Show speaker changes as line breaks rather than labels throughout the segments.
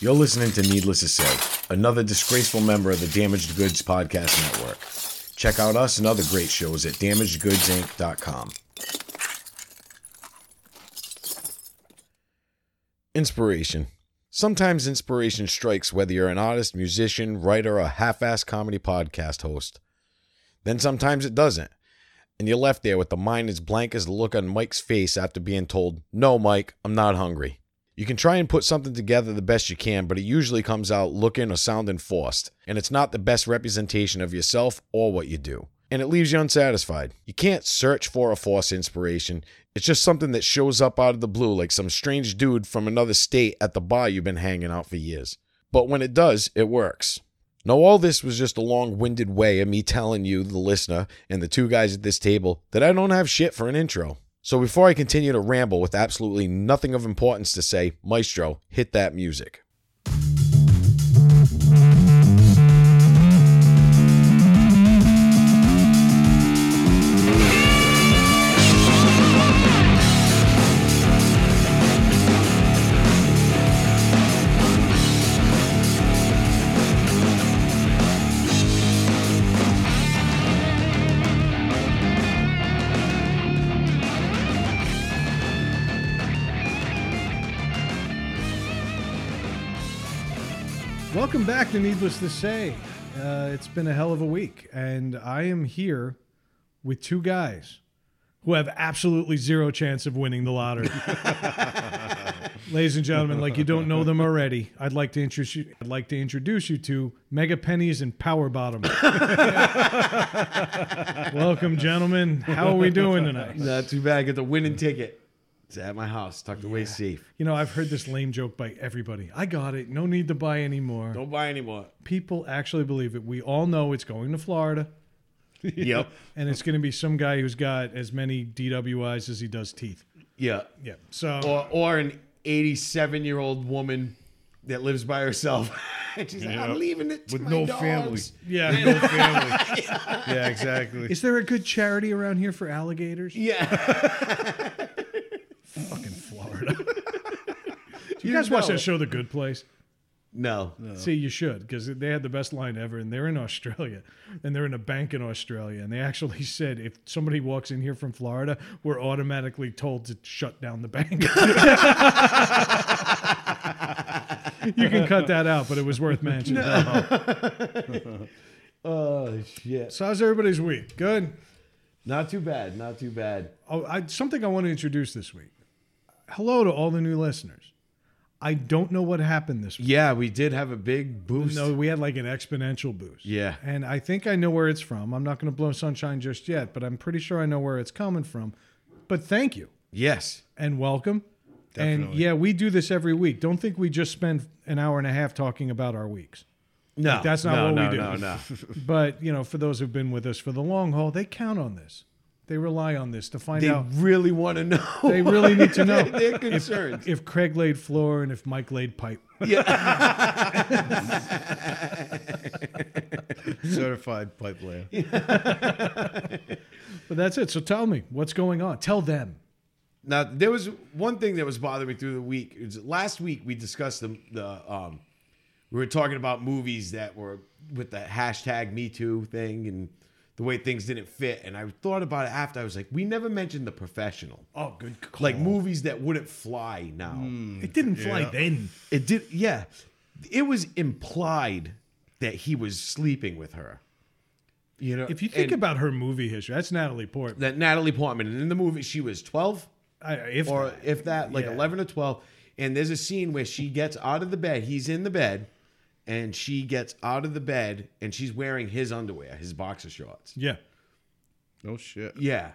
You're listening to Needless to Say, another disgraceful member of the Damaged Goods Podcast Network. Check out us and other great shows at damagedgoodsinc.com. Inspiration. Sometimes inspiration strikes whether you're an artist, musician, writer, or half assed comedy podcast host. Then sometimes it doesn't. And you're left there with the mind as blank as the look on Mike's face after being told, No, Mike, I'm not hungry. You can try and put something together the best you can, but it usually comes out looking or sounding forced, and it's not the best representation of yourself or what you do. And it leaves you unsatisfied. You can't search for a forced inspiration. It's just something that shows up out of the blue, like some strange dude from another state at the bar you've been hanging out for years. But when it does, it works. Now, all this was just a long winded way of me telling you, the listener, and the two guys at this table, that I don't have shit for an intro. So before I continue to ramble with absolutely nothing of importance to say, Maestro, hit that music.
Welcome back to Needless to Say. Uh, it's been a hell of a week, and I am here with two guys who have absolutely zero chance of winning the lottery. Ladies and gentlemen, like you don't know them already, I'd like to introduce you, I'd like to introduce you to Mega Pennies and Power Bottom. Welcome, gentlemen. How are we doing tonight?
Not too bad. I get the winning ticket. It's at my house, tucked away safe.
You know, I've heard this lame joke by everybody. I got it. No need to buy anymore.
Don't buy anymore.
People actually believe it. We all know it's going to Florida.
Yep.
and it's going to be some guy who's got as many DWIs as he does teeth.
Yeah.
Yeah. So
Or, or an 87 year old woman that lives by herself. And She's like,
Yeah.
I'm leaving it to
With
my
no
dogs."
family.
yeah,
family. yeah, exactly.
is there a good charity around here for alligators?
Yeah.
Fucking Florida. Do you
You
guys watch
know
that
it.
show, The Good Place?
No.
See, you should because they had the best line ever, and they're in Australia, and they're in a bank in Australia, and they actually said if somebody walks in here from Florida, we're automatically told to shut down the bank. you can cut that out, but it was worth mentioning. Uh-huh.
Oh, shit.
So how's everybody's week? Good.
Not too bad. Not too bad.
Oh, I, something I want to introduce this week. Hello to all the new listeners. I don't know what happened this week.
Yeah, we did have a big boost.
No, we had like an exponential boost.
Yeah.
And I think I know where it's from. I'm not going to blow sunshine just yet, but I'm pretty sure I know where it's coming from. But thank you
Yes.
and welcome. And
Definitely.
yeah, we do this every week. Don't think we just spend an hour and a half talking about our weeks.
No.
that's not
no,
what we
no,
do.
No, no.
But, you know, for those who've been with us for the long haul, they count on this. They rely on this to find
They
out
really want to know.
They really need to know.
They're
If-
concerned.
If, Craig laid floor and if Mike laid pipe.
Certified pipe layer.
But that's it. So tell me what's going on. Tell them.
Now there was one thing that was bothering me through the week. It was- last week we discussed the the um, we were talking about movies that were with the hashtag Me Too thing and the way things didn't fit. And I thought about it after. I was like, we never mentioned The Professional,
Oh, Hmm. good call.
like movies that wouldn't fly now.
it didn't fly
Yeah.
then.
It did, yeah. It was implied that he was sleeping with her. You know,
If you
and
think about her movie history, that's Natalie Portman.
that Natalie Portman and in the movie she was twelve.
I, if
or if that like
Yeah.
11 or 12 and there's a scene where she gets out of the bed he's in the bed and she gets out of the bed and she's wearing his underwear his boxer shorts
yeah.
No shit.
yeah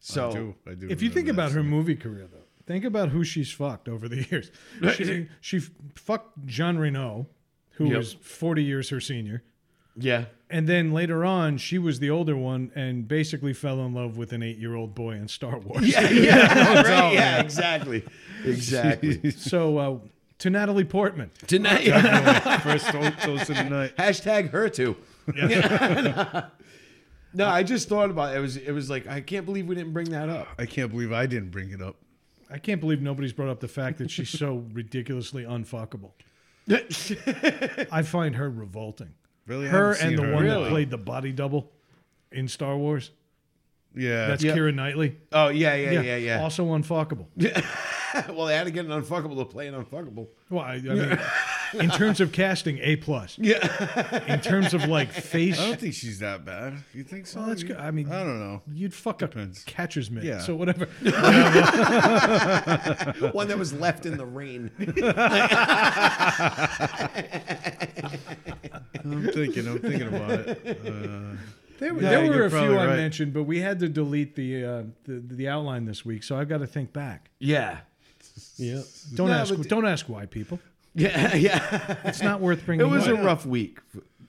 so
I do. I do.
If you think
remember
about
that
her
scene.
movie career, though, think about who she's fucked over the years. She, she fucked Jean Reno, who
Yep.
was 40 years her senior.
yeah
And then later on, she was the older one and basically fell in love with an eight year old boy in Star Wars.
yeah yeah, right? yeah exactly exactly
So uh, to Natalie Portman.
tonight yeah.
first to- toast of the night.
hashtag her too Yeah. no i just thought about it. it was it was like i can't believe we didn't bring that up
I can't believe I didn't bring it up.
I can't believe nobody's brought up the fact that she's so ridiculously unfuckable. I find her revolting.
Really? I
Her
haven't
and
seen
the
her in
one
a
that
while.
played the body double in Star Wars.
Yeah.
That's
yeah.
Kira Knightley.
Oh yeah, yeah, yeah, yeah.
Also unfuckable.
well, they had to get an unfuckable to play an unfuckable.
Well, I, I mean, in terms of casting, A plus. Yeah. in terms of like face,
I don't think she's that bad. You think so?
Well, that's
You-
good. I mean-
I don't know.
you'd fuck
Depends.
a catcher's mitt.
Yeah.
So whatever.
One that was left in the rain.
I'm thinking. I'm thinking about it. Uh,
There, were
Yeah,
there
you're
were a few
probably
I
right.
mentioned, but we had to delete the uh, the, the outline this week, so I've got to think back.
yeah.
Yeah. Don't
No,
ask.
but-
Don't ask why, people.
Yeah, yeah.
It's not worth
It
bringing.
was a
up.
rough week,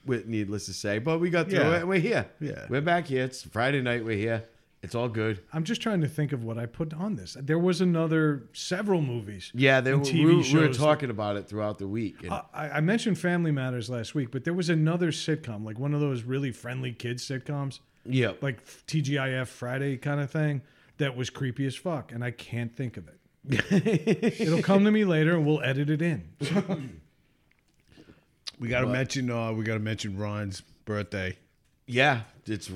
with needless to say, but we got through
Yeah.
it. and We're here.
Yeah.
We're back here. It's Friday night. We're here. It's all good.
I'm just trying to think of what I put on this. There was another several movies.
Yeah, there
and
were,
TV
we, we were
shows.
talking about it throughout the week. and-
I, I mentioned Family Matters last week, but there was another sitcom, like one of those really friendly kids sitcoms,
yeah.
like TGIF Friday kind of thing, that was creepy as fuck, and I can't think of it. It'll come to me later, and we'll edit it in.
we got to mention. Uh, we got to mention Ron's birthday.
yeah. It's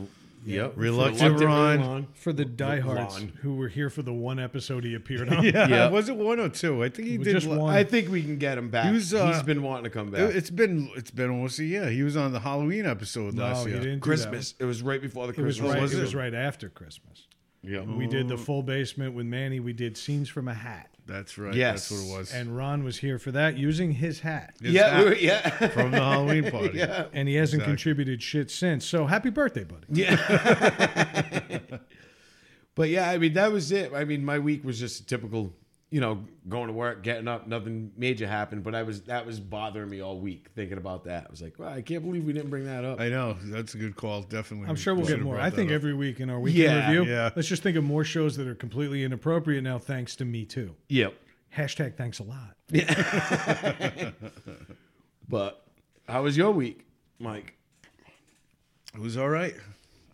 yep.
Reluctant Ron.
For the diehards
Ron.
who were here for the one episode he appeared on,
Yeah.
Yeah.
Was it one or two? I think he
It was
did
just
li-
one.
I think we can get him back.
He was, uh,
He's been wanting to come back.
It- It's been it's been almost a year. He was on the Halloween episode
no, Oh,
last
he
year.
didn't. do that.
Christmas. It was right before the
It was
Christmas.
right.
was
it
it?
was right after Christmas.
Yeah.
We did the full basement with Manny. We did scenes from a hat,
That's right.
Yes.
That's what it was.
and Ron was here for that using his hat.
His
Yeah.
hat
we were- yeah.
from the Halloween party.
yeah.
and he hasn't
Exactly.
contributed shit since. So happy birthday, buddy.
Yeah. but yeah, I mean that was it. I mean my week was just a typical, you know, going to work, getting up, nothing major happened, but I was that was bothering me all week thinking about that. I was like, well, I can't believe we didn't bring that up.
I know that's a good call. Definitely.
I'm sure we'll
We
get
should've
more.
brought
I
that
think
up.
every week in our weekend
Yeah,
review,
yeah.
let's just think of more shows that are completely inappropriate now, thanks to Me Too.
Yep.
Hashtag thanks a lot.
But how was your week, Mike?
it was all right.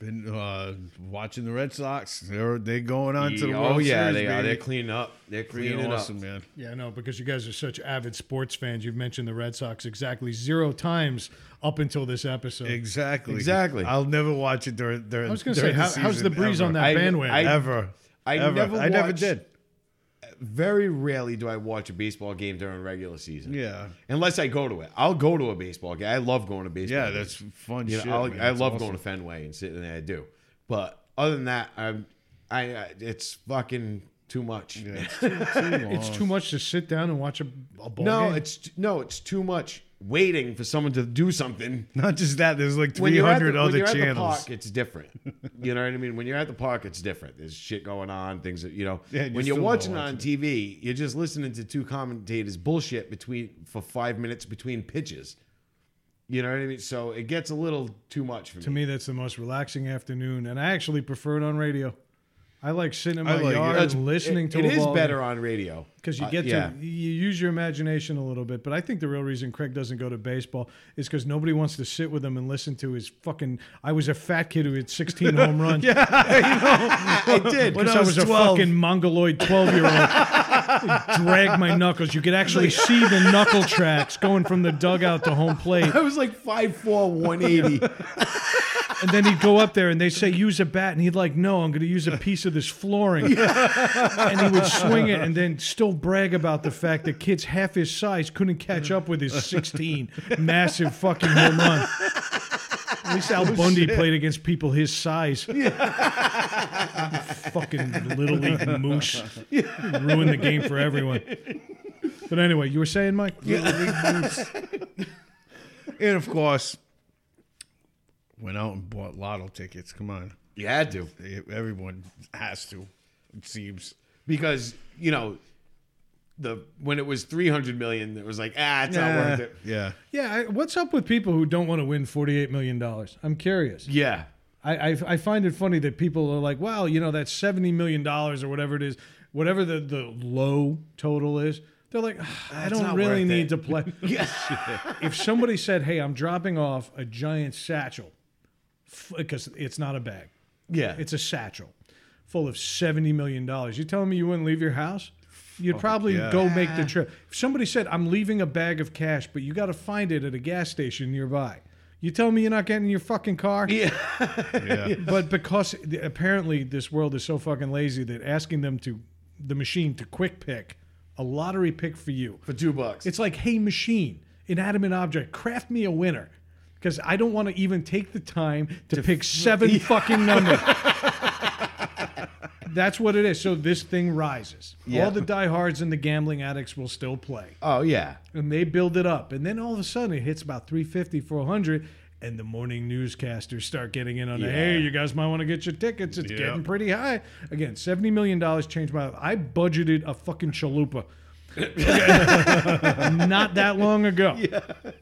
Been uh, watching the Red Sox. They're they going on to the World
oh yeah,
Series,
they are.
baby.
They're cleaning up. They're
Pretty
cleaning
awesome,
up.
man.
Yeah, no, because you guys are such avid sports fans. You've mentioned the Red Sox exactly zero times up until this episode.
Exactly.
Exactly.
I'll never watch it during during.
I was going to say, how, how's the breeze on that
I-
bandwagon?
I-
Ever.
I
ever.
never
I never
watched-
did.
Very rarely do I watch a baseball game during regular season.
Yeah.
Unless I go to it. I'll go to a baseball game. I love going to baseball
Yeah,
games.
that's fun
You know,
shit.
I'll,
man.
I
It's
love
awesome.
going to Fenway and sitting there. I do, but other than that, I'm, I, I it's fucking too much.
it's too much to sit down and watch a, a ball
No,
game.
it's no, it's too much waiting for someone to do something.
Not just that. There's like
When you're at the,
300
when
other
you're at the
channels.
park, it's different. You know what I mean? When you're at the park, it's different. There's shit going on, things that you know.
Yeah, and you're
when you're
still not
watching it on
watching
TV, you're just listening to two commentators bullshit between for five minutes between pitches. You know what I mean? So it gets a little too much for
to me, that's the most relaxing afternoon, and I actually prefer it on radio. I like sitting in my
I like it.
yard
That's-
and listening
it,
to
it
a
is
ball
better on radio
because you
Uh,
get
yeah.
to you use your imagination a little bit. But I think the real reason Craig doesn't go to baseball is because nobody wants to sit with him and listen to his fucking. I was a fat kid who had 16 home runs. yeah,
I did.
because I was, a fucking mongoloid 12 year old. Drag my knuckles. You could actually see the knuckle tracks going from the dugout to home plate.
I was like 5'4", 180.
And then he'd go up there and they say, use a bat. And he'd like, no, I'm going to use a piece of this flooring. and he would swing it and then still brag about the fact that kids half his size couldn't catch up with his 16 massive fucking home run. At least Al Bundy played against people his size. fucking little league moose. Ruined the game for everyone. But anyway, you were saying, Mike?
and of course, went out and bought lotto tickets. Come on.
you had to.
Everyone has to, it seems.
Because, you know, the when it was 300 million, it was like, ah, it's not worth it.
Yeah.
Yeah, I, what's up with people who don't want to win $48 million? I'm curious.
Yeah.
I, I, I find it funny that people are like, well, you know, that's seventy million dollars or whatever it is, whatever the, the low total is. They're like, "Ah, I don't
not
really
worth
need
it."
to play. if somebody said, hey, I'm dropping off a giant satchel, because it's not a bag,
Yeah.
it's a satchel full of seventy million dollars. You telling me you wouldn't leave your house? You'd probably
yeah.
go make the trip. If somebody said, I'm leaving a bag of cash, but you got to find it at a gas station nearby, you tell me you're not getting in your fucking car?
Yeah.
But because apparently this world is so fucking lazy that asking them to, the machine to quick pick a lottery pick for you,
for two bucks.
it's like, hey, machine, inanimate object, craft me a winner. Because I don't want to even take the time to, pick seven fucking numbers. That's what it is. So this thing rises.
Yeah.
All the diehards and the gambling addicts will still play.
oh yeah.
And they build it up. And then all of a sudden it hits about 350, 400. And the morning newscasters start getting in on the, hey, you guys might want to get your tickets. It's
Yeah.
getting pretty high. Again, $70 million changed my life. I budgeted a fucking chalupa not that long ago.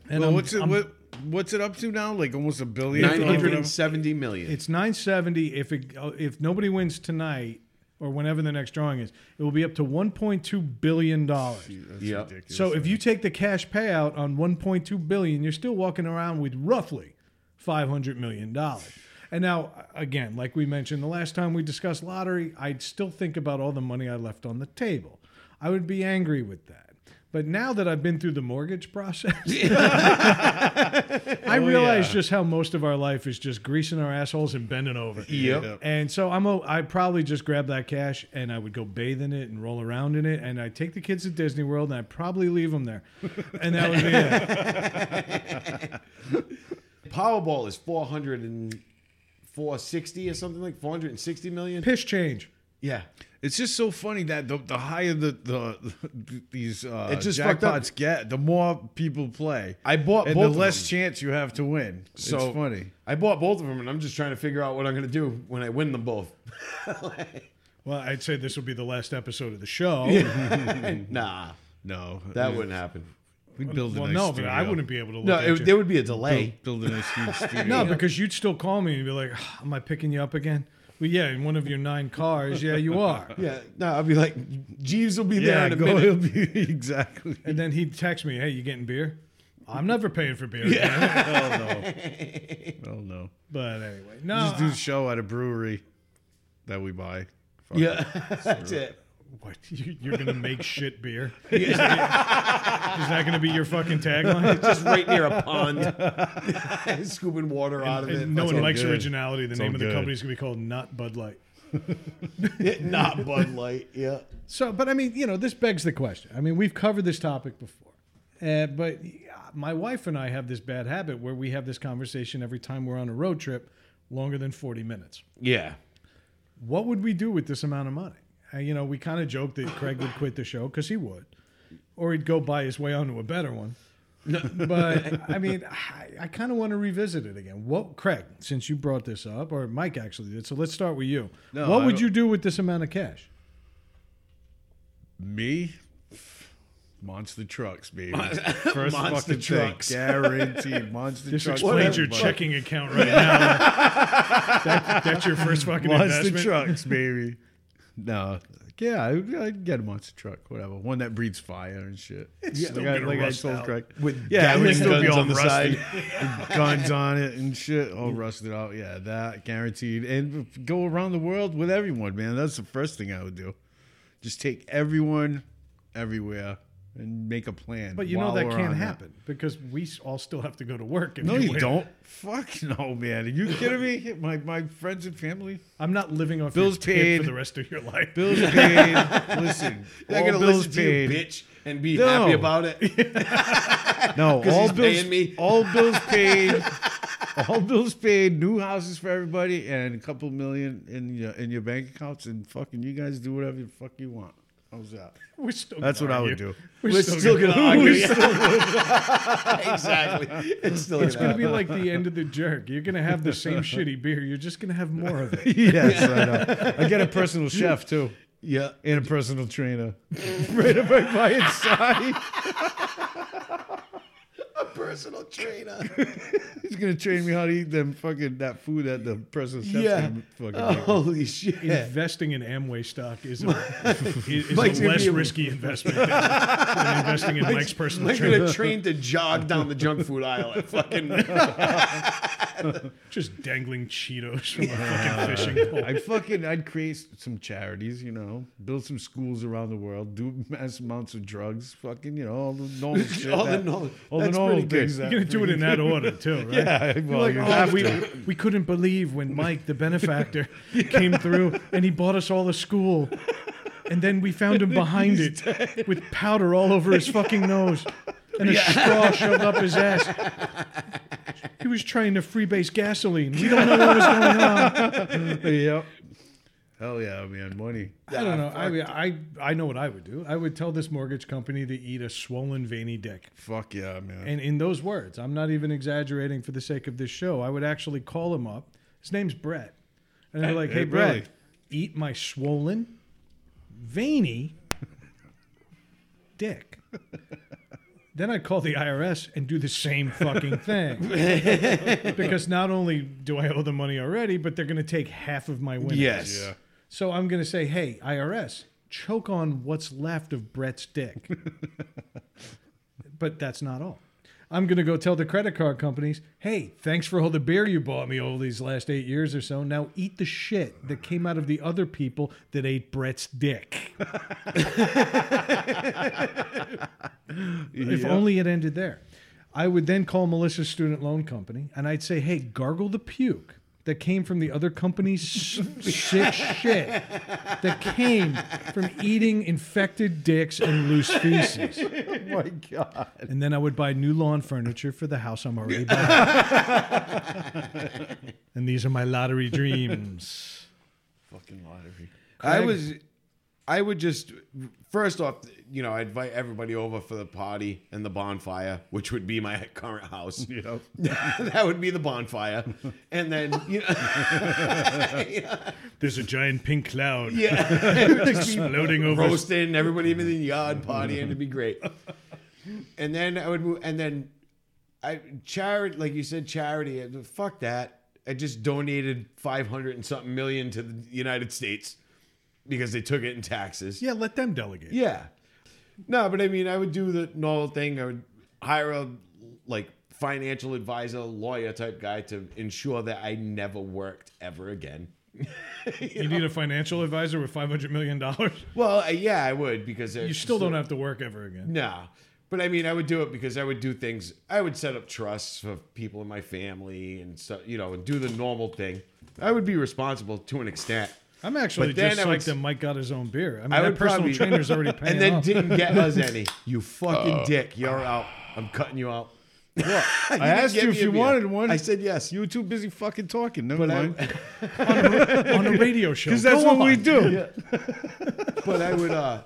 And
Well,
I'm-
what's it?
I'm-
What, what's it up to now? Like almost a billion.
Nine hundred and seventy million.
It's 970. If it, uh, if nobody wins tonight or whenever the next drawing is, it will be up to 1.2 billion dollars.
Yeah.
So if you take the cash payout on 1.2 billion, you're still walking around with roughly 500 million dollars. And now again, like we mentioned the last time we discussed lottery, I'd still think about all the money I left on the table. I would be angry with that. But now that I've been through the mortgage process, I realize just how most of our life is just greasing our assholes and bending over.
Yep.
Yep.
And so I'm a, I probably just grab that cash and I would go bathe in it and roll around in it and I take the kids to Disney World and I probably leave them there, and that would be it.
Powerball is four hundred and four sixty or something like four hundred and sixty million.
piss change.
Yeah.
It's just so funny that the, the higher the, the, these uh,
It just fucked up.
jackpots get, the more people play,
I bought
and
both
the
of
less
them.
chance you have to win.
So
it's funny.
I bought both of them, and I'm just trying to figure out what I'm gonna do when I win them both.
Well, I'd say this will be the last episode of the show.
nah,
No,
that
we-
wouldn't happen.
We'd build a
Well,
nice
no, but
studio.
I wouldn't be able to look
No,
at you.
it, there would be a delay.
build a nice huge studio.
no, because you'd still call me and be like, "Ah, "Am I picking you up again?" Well, yeah, in one of your nine cars. Yeah, you are.
Yeah, no, I'd be like, Jeeves will be there
yeah,
in a
go.
minute.
It'll be exactly.
And then he'd text me, "Hey, you getting beer?" I'm never paying for beer. again.
Hell no. Hell no.
But anyway, no.
Just do
I-
the show at a brewery that we buy. Fuck it.
Yeah, that's it.
What you, you're gonna make shit beer? Is, that, is that gonna be your fucking tagline?
Just right near a pond, scooping water out of it.
And no one
all
likes
good.
originality. The
It's
name
all
of the
good.
company's gonna be called Not Bud Light.
not Bud Light. Yeah,
So, but I mean, you know, this begs the question. I mean, we've covered this topic before, uh, but my wife and I have this bad habit where we have this conversation every time we're on a road trip longer than 40 minutes.
yeah.
What would we do with this amount of money? Uh, you know, we kind of joked that Craig would quit the show because he would, or he'd go buy his way onto a better one. but I mean, I, I kind of want to revisit it again. What, Craig? Since you brought this up, or Mike actually did, so let's start with you.
No,
what
I
would
don't-
you do with this amount of cash?
Me? Monster trucks, baby. First
Monster
fucking
trucks.
thing. Guaranteed. Monster
This
trucks.
explains your
baby.
checking account right now. That- that's your first fucking
Monster
investment.
trucks, baby. No. Yeah, I'd, I'd get a monster truck, whatever. One that breathes fire and shit. yeah,
still
like I,
gonna
like I
rust
told
out.
Craig.
With
yeah, it
Gatling
would still be
guns
all
on the
rusted. With guns on it and shit, all rusted out. Yeah, that guaranteed. And go around the world with everyone, man. That's the first thing I would do. Just take everyone everywhere and make a plan.
But you know
while
that
we're
can't
on it.
happen because we s- all still have to go to work. if
No, you
win.
don't. Fuck no, man. Are you kidding me? My my friends and family.
I'm not living off
Bills
your tip for
paid.
the rest of your life.
Bills paid. Listen,
They're
all
gonna
bills
listen to
paid.
you, bitch, and be
No.
happy about it.
No, all
he's
bills.
paying me.
All bills paid. all bills paid. New houses for everybody, and a couple million in your in your bank accounts, and fucking you guys do whatever the fuck you want. How's that?
We're still
That's
gonna
what I
argue.
would do.
We're,
We're
still,
still
gonna,
gonna argue. exactly. It's still
It's
gonna
gonna be
happen.
like the end of the jerk. You're gonna have the same shitty beer. You're just gonna have more of it.
yes, I know. I get a personal chef too,
Yeah.
and a personal trainer. right up by my inside.
A personal trainer.
He's gonna train me how to eat them fucking that food that the personal chef's
Yeah. Oh,
gonna fucking. make me.
Holy shit.
Investing in Amway stock is a, is a
Mike's gonna
less
be a-
risky investment than, than investing in Mike's personal
Like
trainer.
gonna train to jog down the junk food aisle at fucking
Just dangling Cheetos from a fucking fishing pole.
I fucking I'd create s- some charities, you know, build some schools around the world, do mass amounts of drugs, fucking, you know, all the normal shit.
all the
that-
normal.
all the
that's
normal
pretty good.
things that
You're gonna do it in that order too, right?
Yeah, well,
Like,
you
oh,
have
we,
to.
we couldn't believe when Mike, the benefactor, came through and he bought us all a school. And then we found him behind it with powder all over his fucking nose and a straw shoved up his ass. He was trying to freebase gasoline. We don't know what was going on.
"Oh,
yep. Hell yeah, man, money.
I don't know. I, mean, I I know what I would do. I would tell this mortgage company to eat a swollen veiny dick.
Fuck yeah, man.
And in those words, I'm not even exaggerating for the sake of this show. I would actually call him up. His name's Brett. And they're like, hey,
hey,
Brett,
Brett.
eat my swollen, veiny dick. then I'd call the IRS and do the same fucking thing. because not only do I owe the money already, but they're going to take half of my winnings.
yes. Yeah.
So I'm going to say, hey, IRS, choke on what's left of Brett's dick. but that's not all. I'm going to go tell the credit card companies, hey, thanks for all the beer you bought me over these last eight years or so. Now eat the shit that came out of the other people that ate Brett's dick. If
Yep.
only it ended there. I would then call Melissa's student loan company and I'd say, hey, gargle the puke that came from the other company's s- sick shit that came from eating infected dicks and loose feces.
Oh
my God.
And then I would buy new lawn furniture for the house I'm already buying. and these are my lottery dreams.
Fucking lottery.
I was, I would just first off, you know, I'd invite everybody over for the party and the bonfire, which would be my current house.
Yep.
that would be the bonfire, and then you know,
There's a giant pink cloud
yeah, it would just be
floating over.
roasting everybody in the yard partying. It'd be great. And then I would move, and then I charity, like you said, charity. I- Fuck that. I just donated five hundred and something million to the United States because they took it in taxes.
Yeah, let them delegate.
Yeah. No, but I mean, I would do the normal thing. I would hire a like financial advisor, lawyer type guy to ensure that I never worked ever again.
You need a financial advisor with $500 million.
Well, I, yeah, I would because
You still don't have to work ever again.
Nah. But I mean, I would do it because I would do things. I would set up trusts for people in my family and stuff, you know, and do the normal thing. I would be responsible to an extent.
I'm actually
But then
just
I
like
would
that
s-
Mike got his own beer. I mean,
I
that
would
personal
probably-
trainer's already paying
And then
off.
didn't get us any. You fucking dick. You're out. I'm cutting you out.
I asked you if you wanted one.
I said yes.
you were too busy fucking talking. Never
But I-
mind.
on a radio show.
Because that's
Go
what we
on.
do.
but I would uh,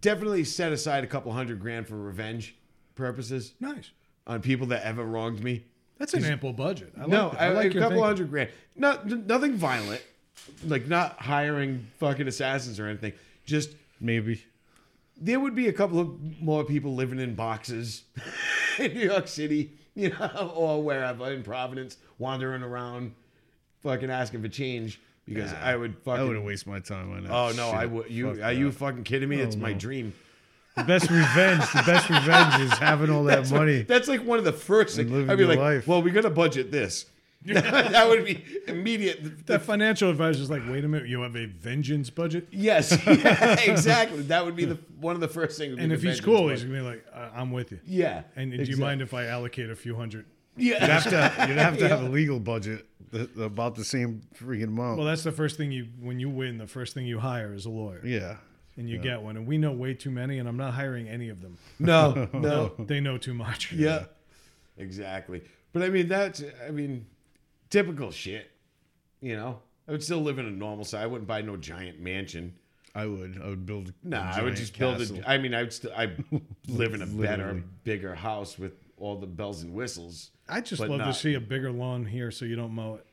definitely set aside a couple hundred grand for revenge purposes
Nice.
on people that ever wronged me.
That's an ample budget. I like
No,
that.
I,
like
a
your
couple
thinking.
hundred grand. Not n- nothing violent, like not hiring fucking assassins or anything. Just
Maybe.
there would be a couple of more people living in boxes in New York City, you know, or wherever in Providence, wandering around, fucking asking for change because I would
I wouldn't
fucking.
waste my time on that.
Oh no!
shit.
I would. You
Fuck
are you
that.
fucking kidding me? It's my dream.
The best revenge. The best revenge is having all that
That's-
money.
That's like one of the first.
And
Things.
living
I'd be
your
like,
life.
well, we got to budget this. that would be immediate.
That financial advisor's like, wait a minute, you have a vengeance budget?
yes, yeah, exactly. That would be the one of the first things. would be
And
the
if he's
vengeance
cool,
budget.
he's gonna be like, I- "I'm with you."
yeah.
And do you
exact-
mind if I allocate a few hundred?
You'd
Yeah,
have to. You'd have to have a legal budget that, about the same freaking amount.
Well, that's the first thing you when you win. The first thing you hire is a lawyer,
yeah.
and you get one. And we know way too many, and I'm not hiring any of them.
no, no,
They know too much.
yeah, exactly. But I mean, that's I mean, typical shit. You know, I would still live in a normal size. I wouldn't buy no giant manant.
I would. I would build. a
No, I would
giant
just
castle.
build a. I mean, I would still. I live in a better,
Literally.
bigger house with all the bells and whistles.
I just
But
love to
not-
see a bigger lawn here, so you don't mow it.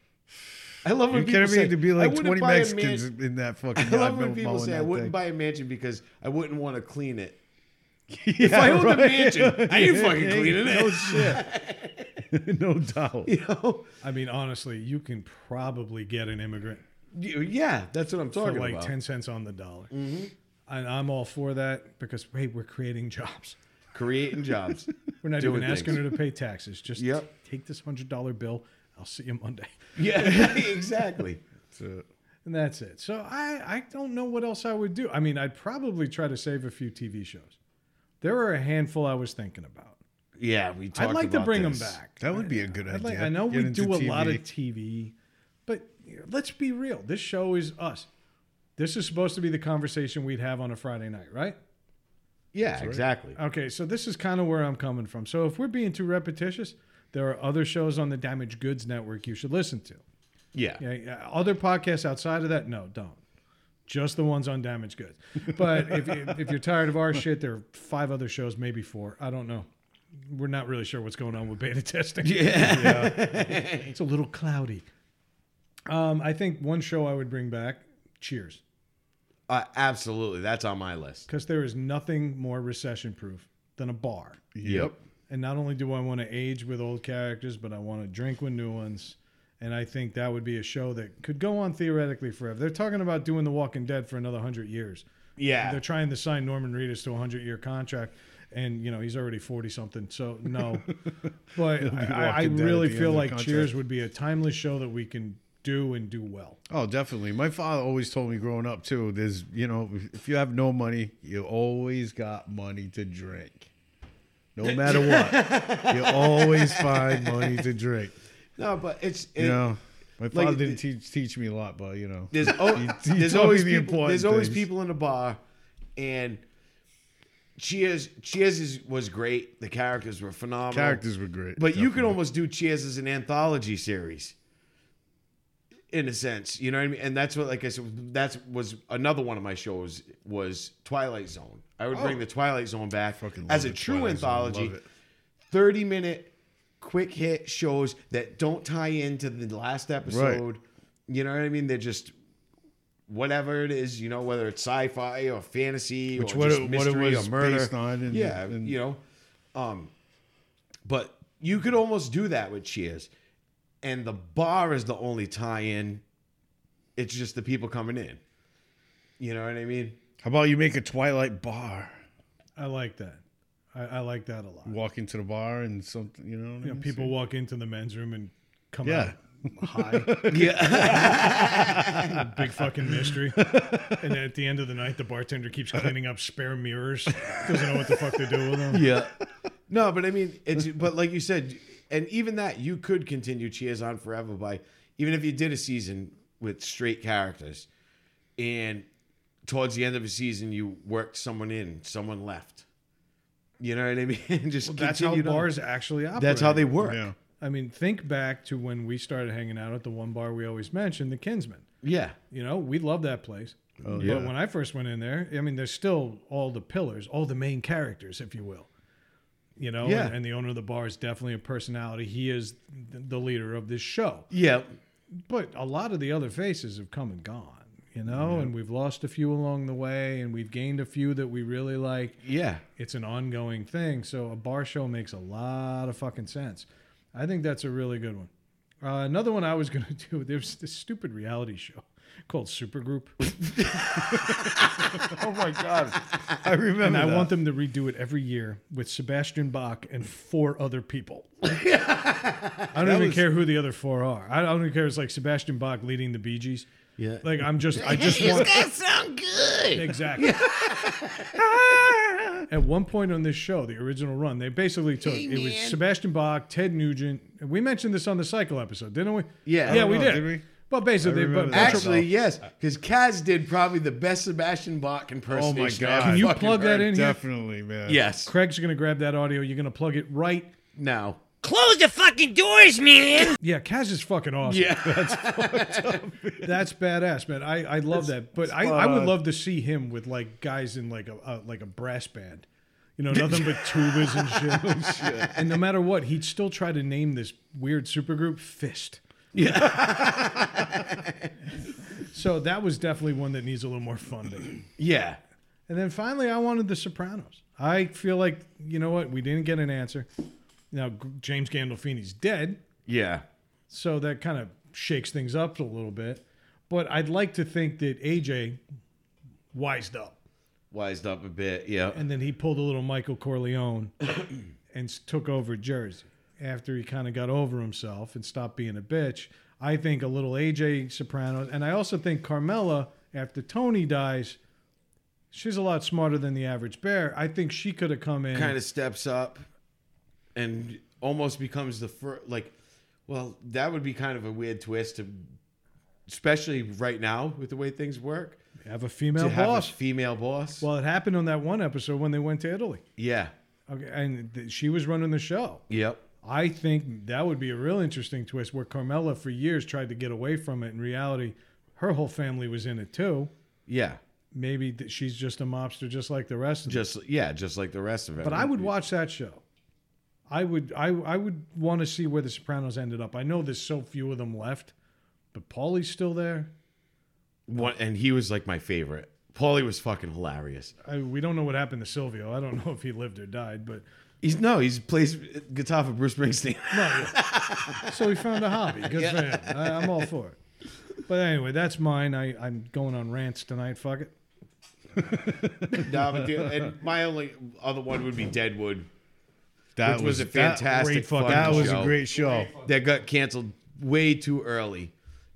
I love when
You
people
can't
say
to be
"I
like
wouldn't
twenty
buy a
Mexicans
man-"
in that fucking.
I love
yard
when
mowing
people say I
that
wouldn't
thing.
buy a mansion because I wouldn't want to clean it.
Yeah,
If I owned
right.
a mansion, I ain't fucking cleaning
No
it.
shit. no doubt.
You know?
I mean, honestly, you can probably get an immigrant
You- Yeah, that's what I'm
for
talking
like
about.
ten cents on the dollar,
Mm-hmm.
and I'm all for that because hey, we're creating jobs.
Creating jobs.
We're not
Doing
even asking
things.
her to pay taxes. Just
Yep.
take this hundred dollar bill, I'll see you Monday.
Yeah, exactly.
So,
And that's it. So I, I don't know what else I would do. I mean, I'd probably try to save a few TV shows. There were a handful I was thinking about.
Yeah, we talked
I'd like to
about
bring
this.
them back.
that would be a good idea.
I'd like, I know
Get
we
into
do a lot of
TV.
TV, but let's be real. This show is us. This is supposed to be the conversation we'd have on a Friday night, right?
Yeah, exactly.
Okay, so this is kind of where I'm coming from. So if we're being too repetitious, there are other shows on the Damaged Goods Network you should listen to.
Yeah.
Yeah, yeah, Other podcasts outside of that, no, don't. Just the ones on Damaged Goods. But if, if you're tired of our shit, there are five other shows, maybe four. I don't know. We're not really sure what's going on with beta testing.
Yeah.
It's a little cloudy. Um, I think one show I would bring back, Cheers,
Uh, absolutely. That's on my list.
because there is nothing more recession proof than a bar.
Yep.
And not only do I want to age with old characters, but I want to drink with new ones. And I think that would be a show that could go on theoretically forever. They're talking about doing The Walking Dead for another 100 years. They're
Yeah.
trying to sign Norman Reedus to a 100 year contract. And, you know, he's already 40 something. So, no. but
be The
I, I
Walking Dead at
really
the end
feel
of the
like
contract.
Cheers would be a timeless show that we can do and do well.
Oh, definitely. My father always told me growing up too. There's, you know, if you have no money, you always got money to drink. No matter what, you always find money to drink.
No, but it's it,
You know, my father
Like,
didn't teach teach me a lot, but you know,
there's al-
he
there's
told
always
me the
people,
important
there's always
things.
people in a bar, and Cheers Cheers is, was great. The characters were phenomenal.
characters were great.
but you could
definitely.
almost do Cheers as an anthology series. In a sense, you know what I mean, and that's what, like I said, that was another one of my shows was Twilight Zone. I would bring the Twilight Zone back
Oh. Fucking love
as a
the
true
Twilight Zone.
anthology.
Love it.
30 minute quick hit shows that don't tie into the last episode. You know what I mean? They're just whatever it is, you know, whether it's sci-fi or fantasy
Which
or
what
just
it- what it
mystery
was
or murder.
based on and-
yeah,
and-
you know. Um but you could almost do that with Cheers. And the bar is the only tie-in. It's just the people coming in. You know what I mean?
How about you make a Twilight bar?
I like that. I, I like that a lot.
Walk into the bar and something, you know, what I
You know,
mean?
people walk into the men's room and come
Yeah.
out high,
Yeah.
big fucking mystery. and at the end of the night, the bartender keeps cleaning up spare mirrors. Doesn't know what the fuck to do with them.
yeah. No, but I mean, it's but like you said, and even that you could continue Cheers on forever by even if you did a season with straight characters, and towards the end of a season you worked someone in, someone left. You know what I mean? Just
That's how
continued on.
bars actually operate.
That's how they work.
Yeah.
I mean, think back to when we started hanging out at the one bar we always mentioned, the Kinsman.
Yeah.
You know, we love that place. but
yeah.
when I first went in there, I mean, there's still all the pillars, all the main characters, if you will. You know,
Yeah.
and, and the owner of the bar is definitely a personality. He is th- the leader of this show.
Yeah.
But a lot of the other faces have come and gone, you know, and we've lost a few along the way and we've gained a few that we really like
Yeah.
it's an ongoing thing. So a bar show makes a lot of fucking sense. I think that's a really good one. Uh, another one I was gonna do. There's this stupid reality show called Supergroup,
Oh my god, I remember.
and I
that.
want them to redo it every year with Sebastian Bach and four other people. I don't even
was-
care who the other four are. I don't even care. It's like Sebastian Bach leading the Bee Gees.
Yeah.
Like I'm just, I just want.
guys sound good.
Exactly. At one point on this show, the original run, they basically took it was Sebastian Bach, Ted Nugent. and We mentioned this on the cycle episode, didn't we?
Yeah. I
yeah,
don't
we
know,
did.
did we?
But basically,
I remember
but
that.
Actually, yes, because Kaz did probably the best Sebastian Bach impersonation.
God.
I've
Oh Can you
fucking
plug that
heard.
in here?
definitely, man.
Yes.
Craig's gonna grab that audio. You're gonna plug it right.
Now.
Close the fucking doors, man!
Yeah, Kaz is fucking awesome.
Yeah.
That's badass, man. I, I love that. But I, I would love to see him with like guys in like a, a like a brass band. You know, nothing but tubas and shit. And no matter what, he'd still try to name this weird supergroup Fist. Yeah. so that was definitely one that needs a little more funding.
Yeah.
And then finally, I wanted The Sopranos. I feel like you know what we didn't get an answer. Now G- James Gandolfini's dead,
Yeah.
so that kind of shakes things up a little bit. But I'd like to think that AJ wised up
wised up a bit. Yeah.
and then he pulled a little Michael Corleone and s- took over Jersey. after he kind of got over himself and stopped being a bitch. I think a little AJ Soprano, and I also think Carmella, after Tony dies, she's a lot smarter than the average bear. I think she could have come in.
kind of steps up and almost becomes the first like well that would be kind of a weird twist to especially right now with the way things work
have a female
to have
boss.
a female boss
well, it happened on that one episode when they went to Italy.
yeah
Okay, and th- she was running the show.
yep
I think that would be a real interesting twist where Carmella for years tried to get away from it. In reality, her whole family was in it too.
yeah
Maybe th- she's just a mobster, just like the rest of them.
just yeah just like the rest of it
But I would watch that show. I would, I, I would want to see where the Sopranos ended up. I know there's so few of them left, but Paulie's still there.
One- and he was like my favorite paulie was fucking hilarious
I, we don't know what happened to Silvio. I don't know if he lived or died, but
he's no he's plays guitar for bruce springsteen
so he found a hobby. Good for him. I, I'm all for it. But anyway, that's mine. I, I'm going on rants tonight. Fuck it.
no, but the- and my only other one would be deadwood
That
Which was a
that-
fantastic
great fucking-
fucking
That was
show.
a great show.
that got canceled way too early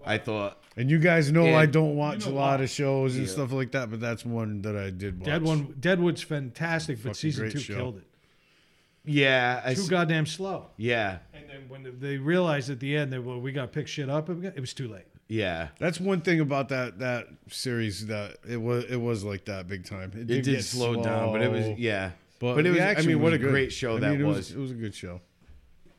i thought
And you guys know
Yeah.
I don't watch a lot of shows and stuff like that, but that's one that I did watch.
Dead one, Deadwood's fantastic, but season
great
two
show.
killed it.
yeah I
Too
s-
goddamn slow.
yeah
And then when they realized at the end that well, we got to pick shit up, it was too late.
Yeah,
That's one thing about that that series that it was it was like that big time. It
it did
get
slow down, but it was
slow,
yeah, but, it
the
was. I
action
mean, what
was
a
good.
great show
I
that
mean, it
was.
It was a good show.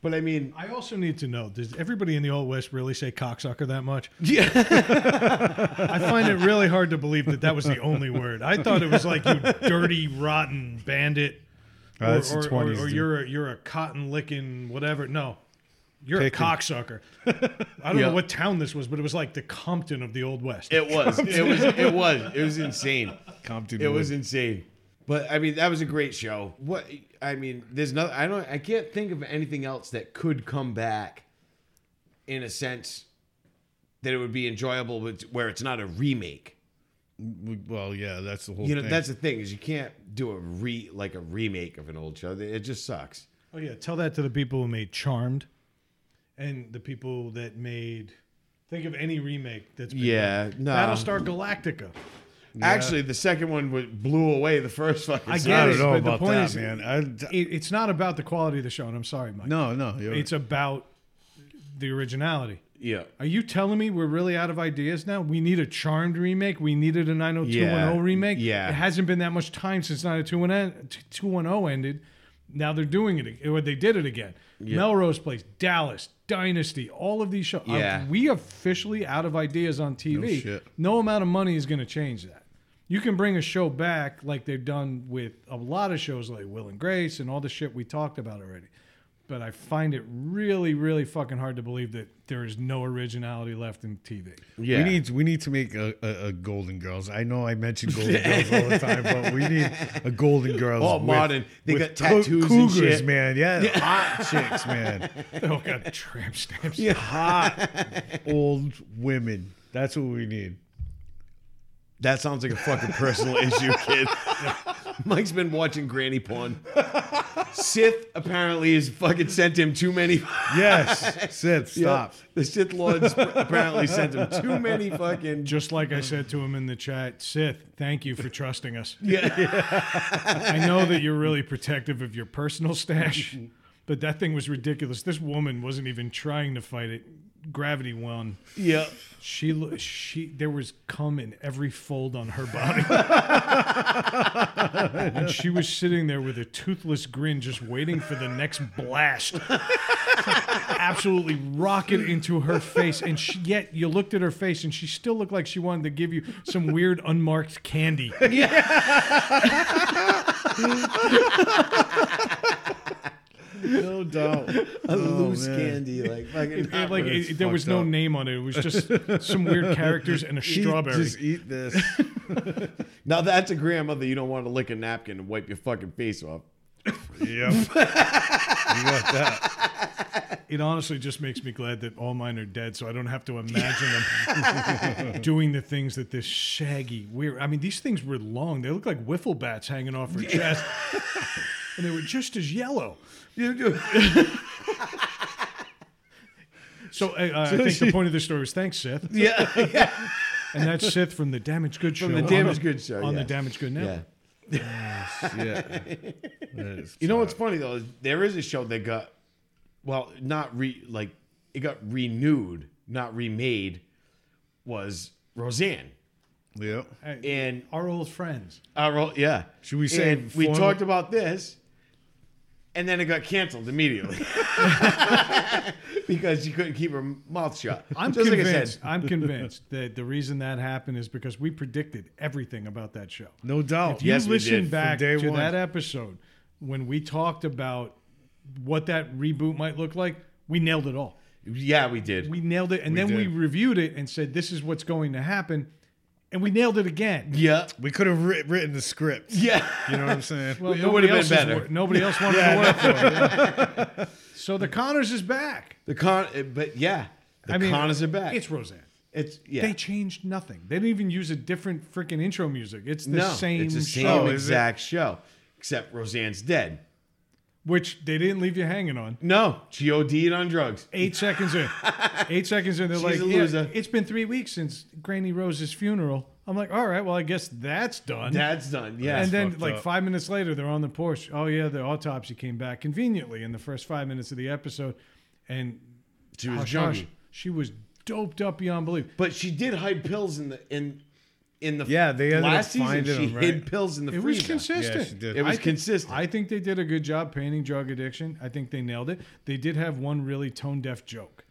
But I mean,
I also need to know: Does everybody in the old west really say cocksucker that much?
yeah,
I find it really hard to believe that that was the only word. I thought it was like you dirty, rotten bandit,
Uh,
or,
that's the
or, or,
20s,
or
dude.
you're a, you're a cotton licking whatever. No, you're
Picking.
a cocksucker. I don't
Yeah.
know what town this was, but it was like the Compton of the old west.
it was. It was. It was. It was insane.
Compton.
It was
Wood.
insane. But I mean, that was a great show. What I mean, there's no. I don't. I can't think of anything else that could come back, in a sense, that it would be enjoyable, but where it's not a remake.
well, yeah, that's the whole.
You know,
thing.
that's the thing is you can't do a re like a remake of an old show. It just sucks.
Oh yeah, tell that to the people who made Charmed, and the people that made. Think of any remake that's been
Yeah, no.
done. Battlestar Galactica.
Actually, the second one wa- blew away the first fucking.
I
series.
get
I
it,
don't know
but the
about
point
that,
is-
man. I,
It, it's not about the quality of the show, and I'm sorry, Mike.
no, no, you're-
it's about the originality.
Yeah.
Are you telling me we're really out of ideas now? We need a Charmed remake. We needed a 90210
Yeah,
remake.
yeah.
It hasn't been that much time since 90210 t- 210 ended. Now they're doing it, ag- or they did it again. Melrose Place, Dallas, Dynasty, all of these shows. Uh,
Yeah.
we officially out of ideas on TV.
No shit.
No amount of money is going to change that. You can bring a show back like they've done with a lot of shows like Will and Grace and all the shit we talked about already. But I find it really, really fucking hard to believe that there is no originality left in TV.
Yeah.
We need we need to make a, a, a Golden Girls. I know I mention Golden Girls all the time, but we need a Golden Girls.
All
with-
modern. They
with
got
cou-
tattoos and
cougars,
shit.
man. Yeah, hot chicks, man.
They all got tramp stamps.
Old women. That's what we need.
That sounds like a fucking personal issue, kid. Mike's been watching Granny Porn. Sith apparently has fucking sent him too many.
Yes, Seth, stop.
The Sith Lords apparently sent him too many fucking.
Just like I said to him in the chat, Sith, thank you for trusting us. I know that you're really protective of your personal stash, but that thing was ridiculous. This woman wasn't even trying to fight it. Gravity won.
Yeah.
She lo- she there was cum in every fold on her body. and she was sitting there with a toothless grin just waiting for the next blast. Absolutely rocket into her face and she, yet you looked at her face and she still looked like she wanted to give you some weird unmarked candy.
No doubt.
A loose
man.
candy. Like, fucking.
It- like it-
it's
there was
fucked
no
up.
name on it. It was just some weird characters and a
Eat-
strawberry.
just eat this.
now that's a grandmother you don't want to lick a napkin and wipe your fucking face off.
yep. You got that.
It honestly just makes me glad that all mine are dead, so I don't have to imagine them doing the things that this shaggy, weird. I mean, these things were long. They look like wiffle bats hanging off her chest. and they were just as yellow.
You do.
So I, I- I think the point of this story was thanks, Sith.
Yeah. yeah.
And that's Sith from the Damaged Good Show.
the
on
Damaged Good Show,
On the
yes.
Damaged Good Network.
yeah.
Yeah. That is
You know what's funny though is there is a show that got well not re like it got renewed, not remade was Roseanne.
tough. Yeah.
Hey,
And
our old friends.
uh, Ro- yeah.
Should we say
And we
form-
talked about this and then it got canceled immediately. because she couldn't keep her mouth shut.
I'm
Just like I said,
convinced. I'm convinced that the reason that happened is because we predicted everything about that show.
No doubt.
If you
yes, we did,
listen
from
back
day
to
one.
that episode when we talked about what that reboot might look like, we nailed it all.
yeah, we did.
We nailed it, and then we
did.
reviewed it and said this is what's going to happen, and we nailed it again.
yeah.
We could have writ- written the script.
Yeah.
You know what I'm saying?
Well,
It would've
nobody
been
else is
better.
wor- nobody else wanted to work for it. yeah. So the Connors is back.
The con uh, but yeah. The
I mean,
Connors are back.
It's Roseanne.
it's yeah.
They changed nothing. They didn't even use a different freaking intro music. It's the same
it's the same
show,
is it?
exact show, except Roseanne's dead.
which they didn't leave you hanging on.
No, she OD'd on drugs.
Eight seconds in. Eight seconds in, they're
She's
like,
a
"Yeah,
loser."
it's been three weeks since Granny Rose's funeral. I'm like, all right, well, I guess that's done.
Dad's done. Yeah,
and then,
fucked
like,
up.
five minutes later, they're on the porch. Oh, yeah, the autopsy came back conveniently in the first five minutes of the episode. And
she was
hush,
junkie.
hush, she was doped up beyond belief.
But she did hide pills in the in in the
Yeah, they ended
last
up
season
finding
she
them, right?
hid pills in the
It was
freezer.
Yeah,
consistent.
she did.
It
I
was
think-
consistent.
I think they did a good job painting drug addiction. I think they nailed it. They did have one really tone deaf joke,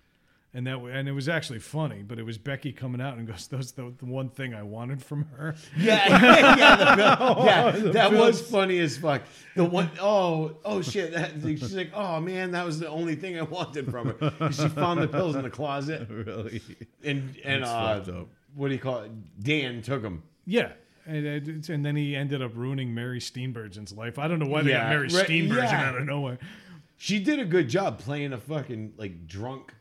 and that and it was actually funny. But it was Becky coming out and goes, "That's the, the one thing I wanted from her."
yeah, yeah, the pill, yeah that was funny as fuck. The one, oh, oh shit. That, she's like, oh man, that was the only thing I wanted from her. 'Cause She found the pills in the closet,
really.
and and
That's
uh,
fucked up.
what do you call it? Dan took them.
Yeah. And, it- it's- and then he ended up ruining Mary Steenburgen's life. I don't know why they got
Yeah,
Mary
right,
Steenburgen
yeah.
out of nowhere.
She did a good job playing a fucking like drunk.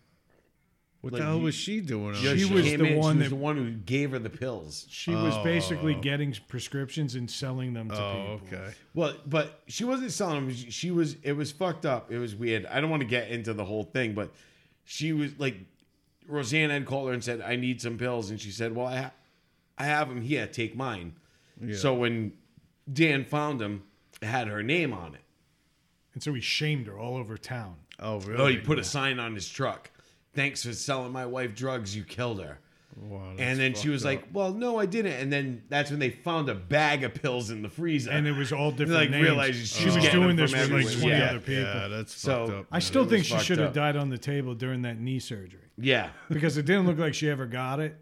What
Like,
the hell
you-
was she doing? on
Yeah,
the
she
show?
was
came
the
in,
one
she was
that-
the one who gave her the pills.
She was
Oh.
basically getting prescriptions and selling them to
Oh,
people.
okay.
Well, but she wasn't selling them. She she was. It was fucked up. It was weird. I don't want to get into the whole thing, but she was like, Roseanne had called her and said, "I need some pills," and she said, "Well, I, ha- I have them here. Take mine." So when Dan found them, it had her name on it.
And so he shamed her all over town.
Oh, really?
Oh, he put a sign on his truck. Thanks for selling my wife drugs. You killed her.
Wow, that's
and then she
fucked
was
up.
like, "Well, no, I didn't." And then that's when they found a bag of pills in the freezer.
And it was all different
like,
names.
realized
she
she was
was
getting
doing
them
this
from
with like
everywhere.
20
Yeah.
other people.
Yeah, that's
So,
fucked up.
I still
It
think
was
she
fucked
should have
up.
died on the table during that knee surgery
yeah.
because it didn't look like she ever got it.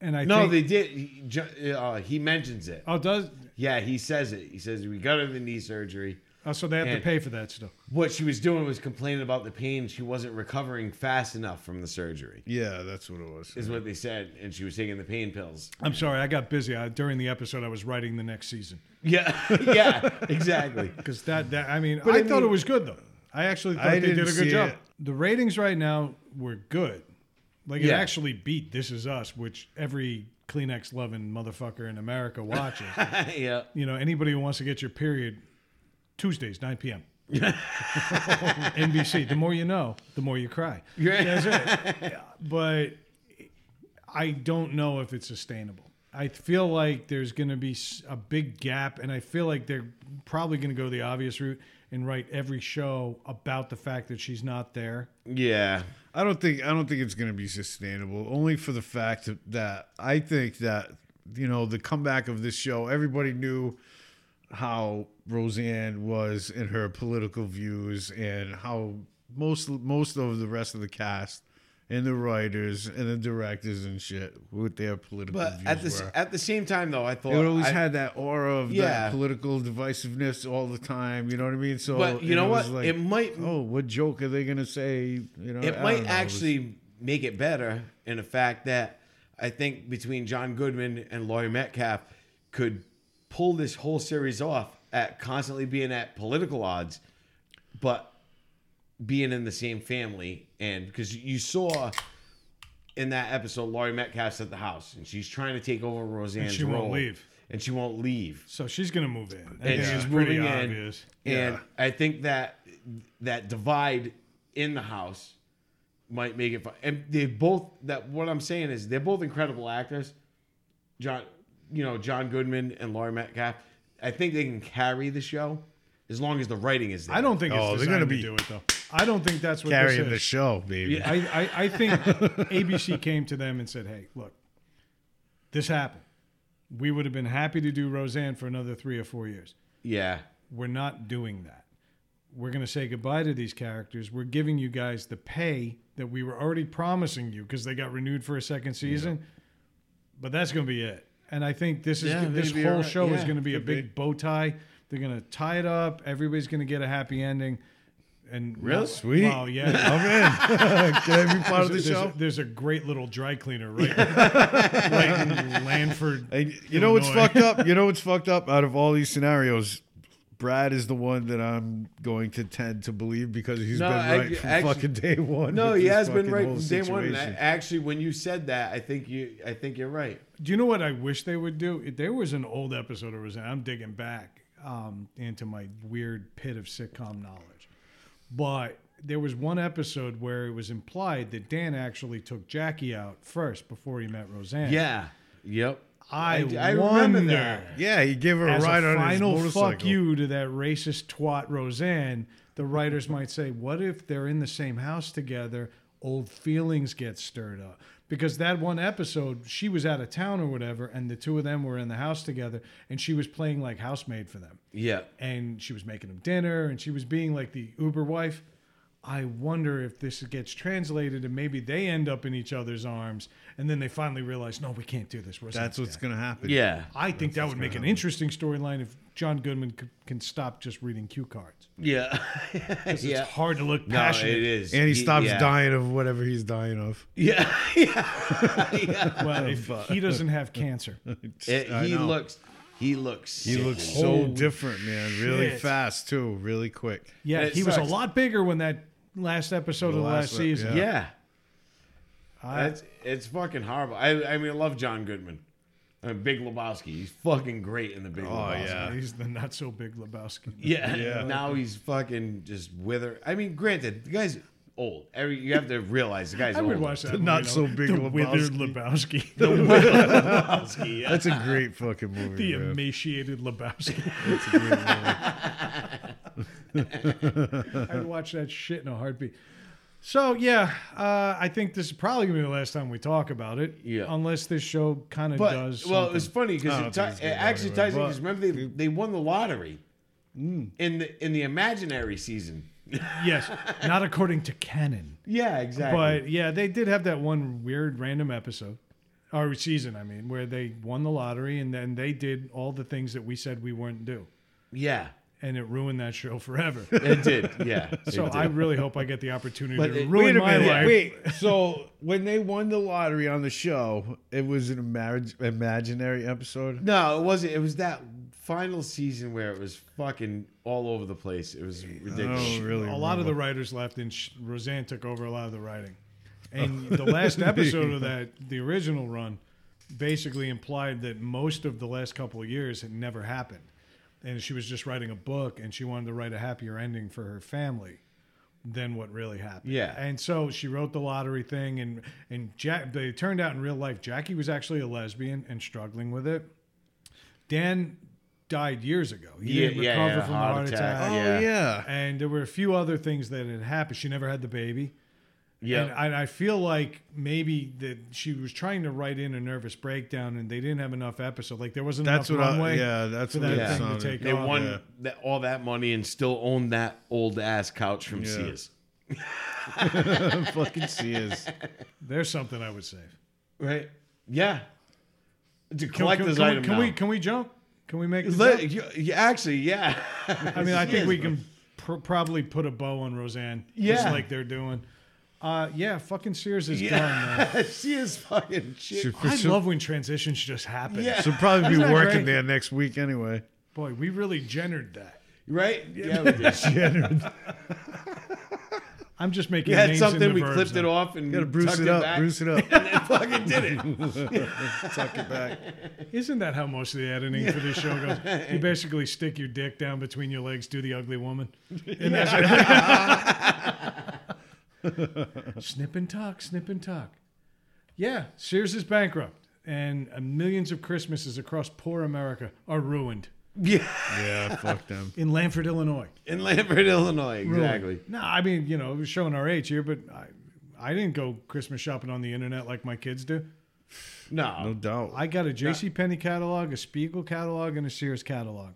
And I
No,
think,
they did. He, ju- uh, he mentions it.
oh does
Yeah, he says it. He says we got her the knee surgery.
oh, so they have to
And-
pay for that still.
What she was doing was complaining about the pain. She wasn't recovering fast enough from the surgery,
yeah, that's what it was.
is what they said. And she was taking the pain pills.
I'm sorry, I got busy I, during the episode. I was writing the next season
Yeah, yeah, exactly.
because that that I mean, I
I
thought
mean-
it was good though. I actually thought
I
they did
didn't
a good
see
job.
it.
The ratings right now were good. Like it
Yeah.
actually beat This Is Us, which every Kleenex loving motherfucker in America watches.
yeah,
you know, anybody who wants to get your period, Tuesdays, 9 p.m. NBC. The more you know, the more you cry. That's it. Yeah, But I don't know if it's sustainable. I feel like there's going to be s- a big gap, and I feel like they're probably going to go the obvious route and write every show about the fact that she's not there.
yeah.
I don't think I don't think it's going to be sustainable. Only for the fact that I think that you know the comeback of this show, everybody knew how Roseanne was in her political views and how most most of the rest of the cast and the writers and the directors and shit with their political
But
views
at the s-
were.
at the same time, though, I thought
it always
I-
had that aura of
Yeah.
that political divisiveness all the time. You know what I mean? So,
But you
and
know
it was
what?
like,
It might-
Oh, what joke are they gonna say? You know, I
It
don't
might
know. was-
actually make it better in the fact that I think between John Goodman and Laurie Metcalf could pull this whole series off at constantly being at political odds, but being in the same family. And because you saw in that episode, Laurie Metcalf's at the house and she's trying to take over Roseanne's
she won't
role.
leave.
and she won't leave.
So she's gonna move in. I think
and
it's
she's
pretty
moving in.
obvious.
And
Yeah.
I think that that divide in the house might make it fun. And they both that what I'm saying is they're both incredible actors. John, you know John Goodman and Laurie Metcalf. I think they can carry the show as long as the writing is there.
I don't think
Oh,
it's
they're
designed
gonna
to
be-
do it though. I don't think that's what this
Carrying
is.
the show, baby.
Yeah.
I, I, I think ABC came to them and said, hey, look, this happened. We would have been happy to do Roseanne for another three or four years.
Yeah,
We're not doing that. We're going to say goodbye to these characters. We're giving you guys the pay that we were already promising you because they got renewed for a second season. But that's going to be it. And I think this is
Yeah,
this
maybe
whole
you're right.
show is
Yeah,
going to be a
could be.
big bow tie. They're going to tie it up. Everybody's going to get a happy ending. And
Real sweet.
Wow, yeah.
I'm in. Can I be part of the
There's a-
show?
There's a great little dry cleaner right, right in Lanford.
And you know what's
Illinois.
fucked up? You know what's fucked up? Out of all these scenarios, Brad is the one that I'm going to tend to believe because he's
No,
been
I-
right from
actu-
fucking day one.
no,
with
he
this
has been
fucking
right
whole
from day one. And I-
situation.
Actually, when you said that, I think you, I think you're right.
Do you know what I wish they would do? If There was an old episode of Roseanne. I'm digging back um, into my weird pit of sitcom knowledge, but there was one episode where it was implied that Dan actually took Jackie out first before he met Roseanne.
Yeah. Yep.
I,
I
wonder.
remember that.
yeah, he gave her a
as
ride
a
on
final
his motorcycle.
fuck you to that racist twat Roseanne, the writers might say, "What if they're in the same house together? Old feelings get stirred up." Because that one episode, she was out of town or whatever, and the two of them were in the house together, and she was playing like housemaid for them,
Yeah.
and she was making them dinner, and she was being like the Uber wife. I wonder if this gets translated, and maybe they end up in each other's arms, and then they finally realize, "No, we can't do this." Roseanne's
That's what's
dead."
gonna happen.
Yeah.
I think that would make an interesting storyline if John Goodman c- can stop just reading cue cards.
Yeah. yeah.
It's hard to look
No,
passionate.
it is.
and he stops
yeah.
dying of whatever he's dying of.
Yeah. yeah. yeah.
Well, if he doesn't have cancer,
It-
I
he
know.
looks. He looks.
He
sick.
looks so
Holy
different, man. Really
shit.
fast too. Really quick.
yeah,
It
he was a
sucks.
lot bigger when that last episode of the
last
last
one,
season.
yeah.
Yeah.
I-
That's it's fucking horrible. I I mean I love John Goodman. I mean, Big Lebowski. He's fucking great in the Big
Oh
Lebowski.
yeah.
he's the not so big Lebowski.
Yeah.
Yeah.
Now he's fucking just wither. I mean, granted, the guy's old. Every you have to realize the guy's
I
old.
would watch that. movie,
not
though.
so big
the
Lebowski.
withered Lebowski,
That's a great fucking movie.
the
man.
emaciated Lebowski. I'd watch that shit in a heartbeat. So yeah, uh, I think this is probably gonna be the last time we talk about it.
Yeah.
Unless this show kind of
But
does.
well, it
something.
was funny because
I
it,
don't
ti-
think it's
it
gonna go
actually
anywhere,
ties in
but- Mm.
because remember they they won the lottery in the in the imaginary season.
yes, not according to canon,
yeah, exactly.
but yeah, they did have that one weird random episode or season. I mean, where they won the lottery and then they did all the things that we said we wouldn't do,
yeah,
and it ruined that show forever.
it did. Yeah.
so I really hope I get the opportunity
But
to
it-
ruin my life.
Wait, so when they won the lottery on the show, it was an marriage imaginary episode.
No, it wasn't. It was that final season where it was fucking all over the place. It
Oh,
was ridiculous.
really?
a lot of the writers left, and sh- Roseanne took over a lot of the writing. And the last episode of that, the original run, basically implied that most of the last couple of years had never happened, and she was just writing a book, and she wanted to write a happier ending for her family than what really happened.
Yeah.
and so she wrote the lottery thing, and and Jack. They turned out in real life, Jackie was actually a lesbian and struggling with it. Dan died years ago. He
Yeah,
didn't
yeah,
recover
yeah,
from
heart
the heart
attack,
attack
Oh
Yeah.
yeah.
and there were a few other things that had happened. She never had the baby, and,
Yeah.
and I feel like maybe that she was trying to write in a nervous breakdown, and they didn't have enough episode. Like there wasn't
That's
enough
what. I,
runway.
yeah, that's
for
what
that
it
thing to
sounded.
take
They
God,
won
yeah.
that, all that money and still own that old ass couch from
Yeah.
Sears.
fucking Sears.
There's something I would save.
Right? Yeah. It's a
Can, can,
collector's
can we-
item.
can
now.
we can we jump? Can we make this
Let-
up?
you, you- actually, yeah.
I mean, I think we can pr- probably put a bow on Roseanne, just
Yeah.
like they're doing. Uh, yeah, fucking Sears is done. Man.
Yeah. she is fucking shit.
I
She'll-
love when transitions just happen.
Yeah.
She'll probably be
Isn't that
working
great?
there next week anyway.
Boy, we really gendered that.
Right? Yeah, we did.
I'm just making
We had
names
something,
in the
we
verbs
clipped it
now.
off and
Gotta bruise
tucked
it up,
back,
bruise it up.
and then fucking did it.
Tuck it back.
Isn't that how most of the editing for this show goes? You basically stick your dick down between your legs, do the ugly woman, and that's it. snip and tuck, snip and tuck. Yeah, Sears is bankrupt, and uh, millions of Christmases across poor America are ruined
Yeah,
Yeah, fuck them.
in Lanford, Illinois.
in Lambert, Illinois,
Ruined.
exactly.
No, I mean, you know, we're showing our age here, but I, I didn't go Christmas shopping on the internet like my kids do.
No
No,
doubt.
I got a J.C. Penney catalog, a Spiegel catalog, and a Sears catalog,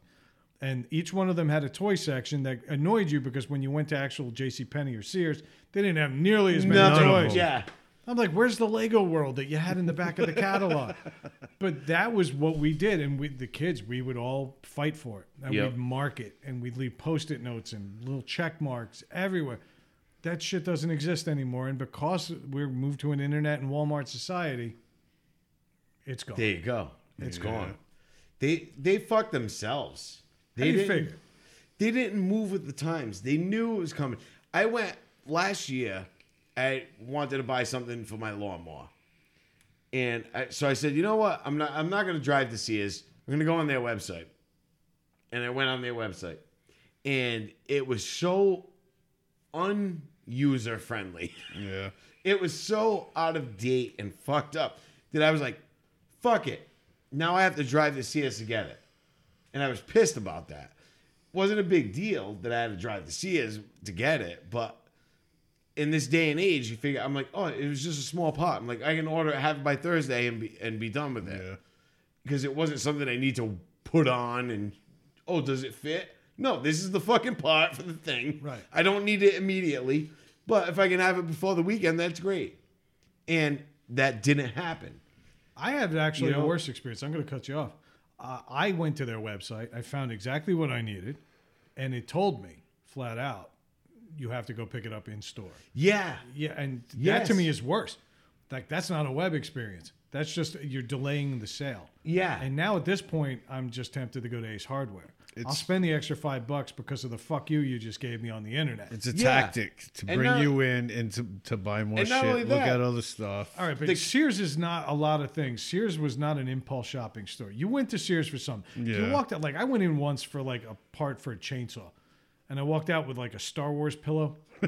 and each one of them had a toy section that annoyed you because when you went to actual J.C. Penney or Sears, they didn't have nearly as many
nothing.
toys.
Yeah,
I'm like, where's the Lego World that you had in the back of the catalog? but that was what we did, and we the kids we would all fight for it, and
Yep.
we'd mark it, and we'd leave post-it notes and little check marks everywhere. That shit doesn't exist anymore, and because we're moved to an internet and Walmart society, it's gone.
there you go. It's
Yeah.
gone. They they fucked themselves. They
How do you
didn't.
figure?
They didn't move with the times. They knew it was coming. I went last year. I wanted to buy something for my lawnmower, and I, so I said, you know what? I'm not. I'm not going to drive to Sears. I'm going to go on their website, and I went on their website, and it was so unuser friendly.
yeah.
It was so out of date and fucked up that I was like, fuck it. Now I have to drive to Sears to get it. And I was pissed about that. Wasn't a big deal that I had to drive to Sears to get it, but in this day and age, you figure I'm like, oh, it was just a small pot. I'm like, I can order it, have it by Thursday and be and be done with it.
Yeah.
Because it wasn't something I need to put on and oh, does it fit? No, this is the fucking pot for the thing.
Right.
I don't need it immediately, but if I can have it before the weekend, that's great. And that didn't happen.
I had actually
You know-
a worse experience. I'm going to cut you off. Uh, I went to their website. I found exactly what I needed, and it told me flat out, "You have to go pick it up in store."
Yeah.
Yeah, and that
Yes.
to me is worse. Like that's not a web experience. That's just you're delaying the sale.
Yeah.
And now at this point, I'm just tempted to go to Ace Hardware. I'll spend the extra five bucks because of the fuck you you just gave me on the internet.
It's a
Yeah.
tactic to
And
bring
not-
you in and to, to buy more
And not
shit.
only
Look
that-
at all the stuff.
All right, but
The-
Sears is not a lot of things. Sears was not an impulse shopping store. You went to Sears for something. You
Yeah.
walked out like I went in once for like a part for a chainsaw, and I walked out with like a Star Wars pillow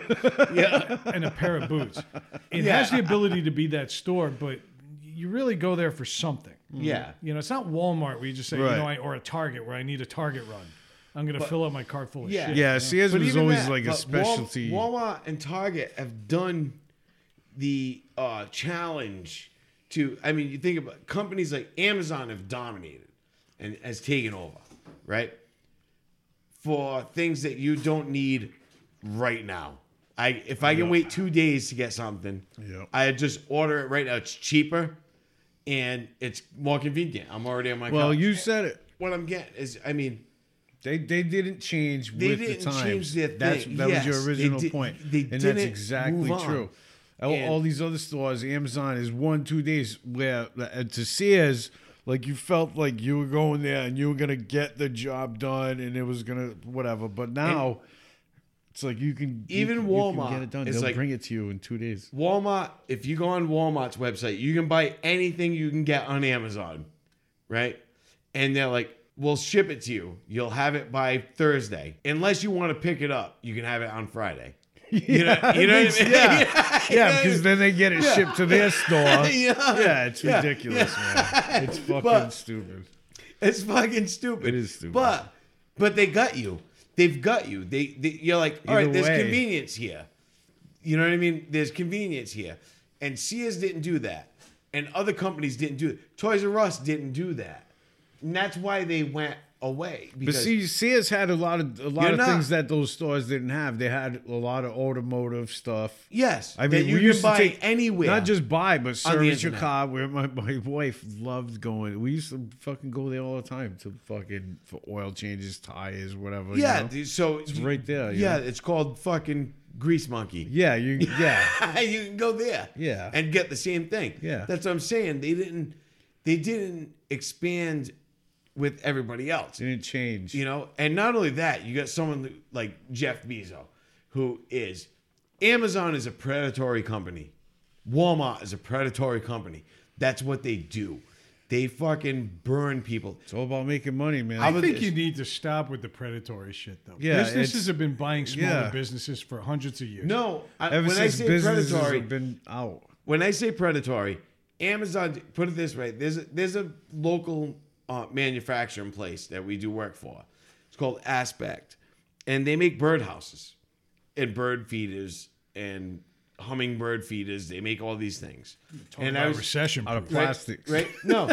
Yeah.
and a pair of boots. It has the ability to be that store, but you really go there for something.
yeah.
You know, it's not Walmart where you just say, you
Mm. Right.
know, I, or a Target where I need a Target run. I'm gonna fill up my cart full of
Yeah.
shit.
Yeah, Sears
But
was
even
always
that,
like a
but Wal-
specialty.
Walmart and Target have done the uh, challenge to. I mean, you think about companies like Amazon have dominated and has taken over, right? For things that you don't need right now. I if I can wait two days to get something,
Yeah.
I just order it right now. It's cheaper and it's more convenient. I'm already on my
well,
couch.
you said it.
what I'm getting is, I mean.
They they didn't change
They
with
didn't
the times.
change their
That's,
thing.
That
Yes,
was
they
your original
did-
point.
they
and
didn't
that's exactly
move on.
true. All,
And-
all these other stores, Amazon is one, two days where uh, to Sears, like you felt like you were going there and you were gonna get the job done and it was gonna whatever. But now it's like you can you
Even
can- you
Walmart
can get it done.
is
They'll
like-
bring it to you in two days.
Walmart, if you go on Walmart's website, you can buy anything you can get on Amazon, right? And they're like, we'll ship it to you. You'll have it by Thursday. Unless you want to pick it up, you can have it on Friday. You know, you know what I mean?
Yeah, yeah, because then they get it shipped to their store.
Yeah.
yeah, it's
Yeah.
ridiculous, man. It's fucking
But-
stupid.
It's fucking stupid.
It is stupid.
But but they got you. They've got you. They, they you're like, all right,
Either
there's
way.
convenience here. You know what I mean? There's convenience here. And Sears didn't do that. And other companies didn't do it. Toys R Us didn't do that. And that's why they went away.
But
Because
see, Sears had a lot of a lot
You're
of
not-
things that those stores didn't have. They had a lot of automotive stuff.
yes,
I mean,
that you
we
can
used
buy
to take
anywhere.
not just buy, but
on the
service your
internet.
car. Where my, my wife loved going. We used to fucking go there all the time to fucking for oil changes, tires, whatever. you
yeah.
know?
dude, So it's
right there, you
Yeah,
know?
it's called fucking Grease Monkey.
yeah, you, yeah.
you can go there.
Yeah.
And get the same thing.
Yeah.
That's what I'm saying. They didn't they didn't expand with everybody else.
Didn't change.
You know, and not only that, you got someone like Jeff Bezos, who is Amazon is a predatory company. Walmart is a predatory company. That's what they do. They fucking burn people.
It's all about making money, man.
I think you need to stop with the predatory shit, though.
Yeah,
businesses
it's-
have been buying smaller
yeah.
businesses for hundreds of years.
No, I,
Ever
when I
since
say
businesses
predatory,
have been out.
when I say predatory, Amazon. Put it this way: there's a, there's a local uh, manufacturing place that we do work for. It's called Aspect, and they make birdhouses and bird feeders and hummingbird feeders. They make all these things. and
About recession.
Out of
proof.
right-
plastics.
right? No,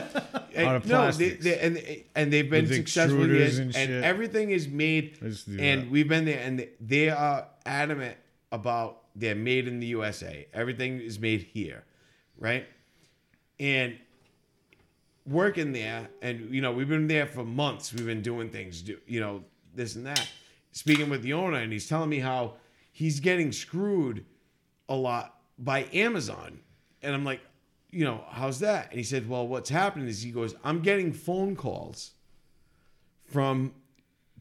And-
Out of
no, they,
plastics.
they, and and they've been
With
successful with
extruders
it,
and
and,
shit.
everything is made.
Let's do
And
that.
we've been there, and they are adamant about they're made in the USA. Everything is made here, right? And working there, and you know, we've been there for months. We've been doing things, do you know, this and that. Speaking with the owner, and he's telling me how he's getting screwed a lot by Amazon. And I'm like, you know, how's that? And he said, well, what's happening is he goes, I'm getting phone calls from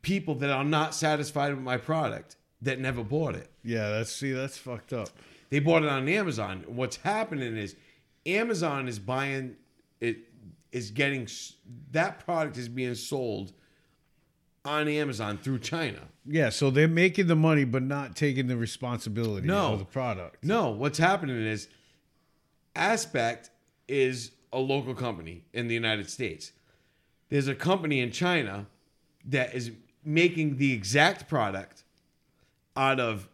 people that are not satisfied with my product that never bought it.
Yeah, that's see, that's fucked up.
They bought it on Amazon. What's happening is Amazon is buying it is getting s- that product is being sold on Amazon through China.
Yeah, so they're making the money but not taking the responsibility
No.
of the product.
No, what's happening is Aspect is a local company in the United States. There's a company in China that is making the exact product out of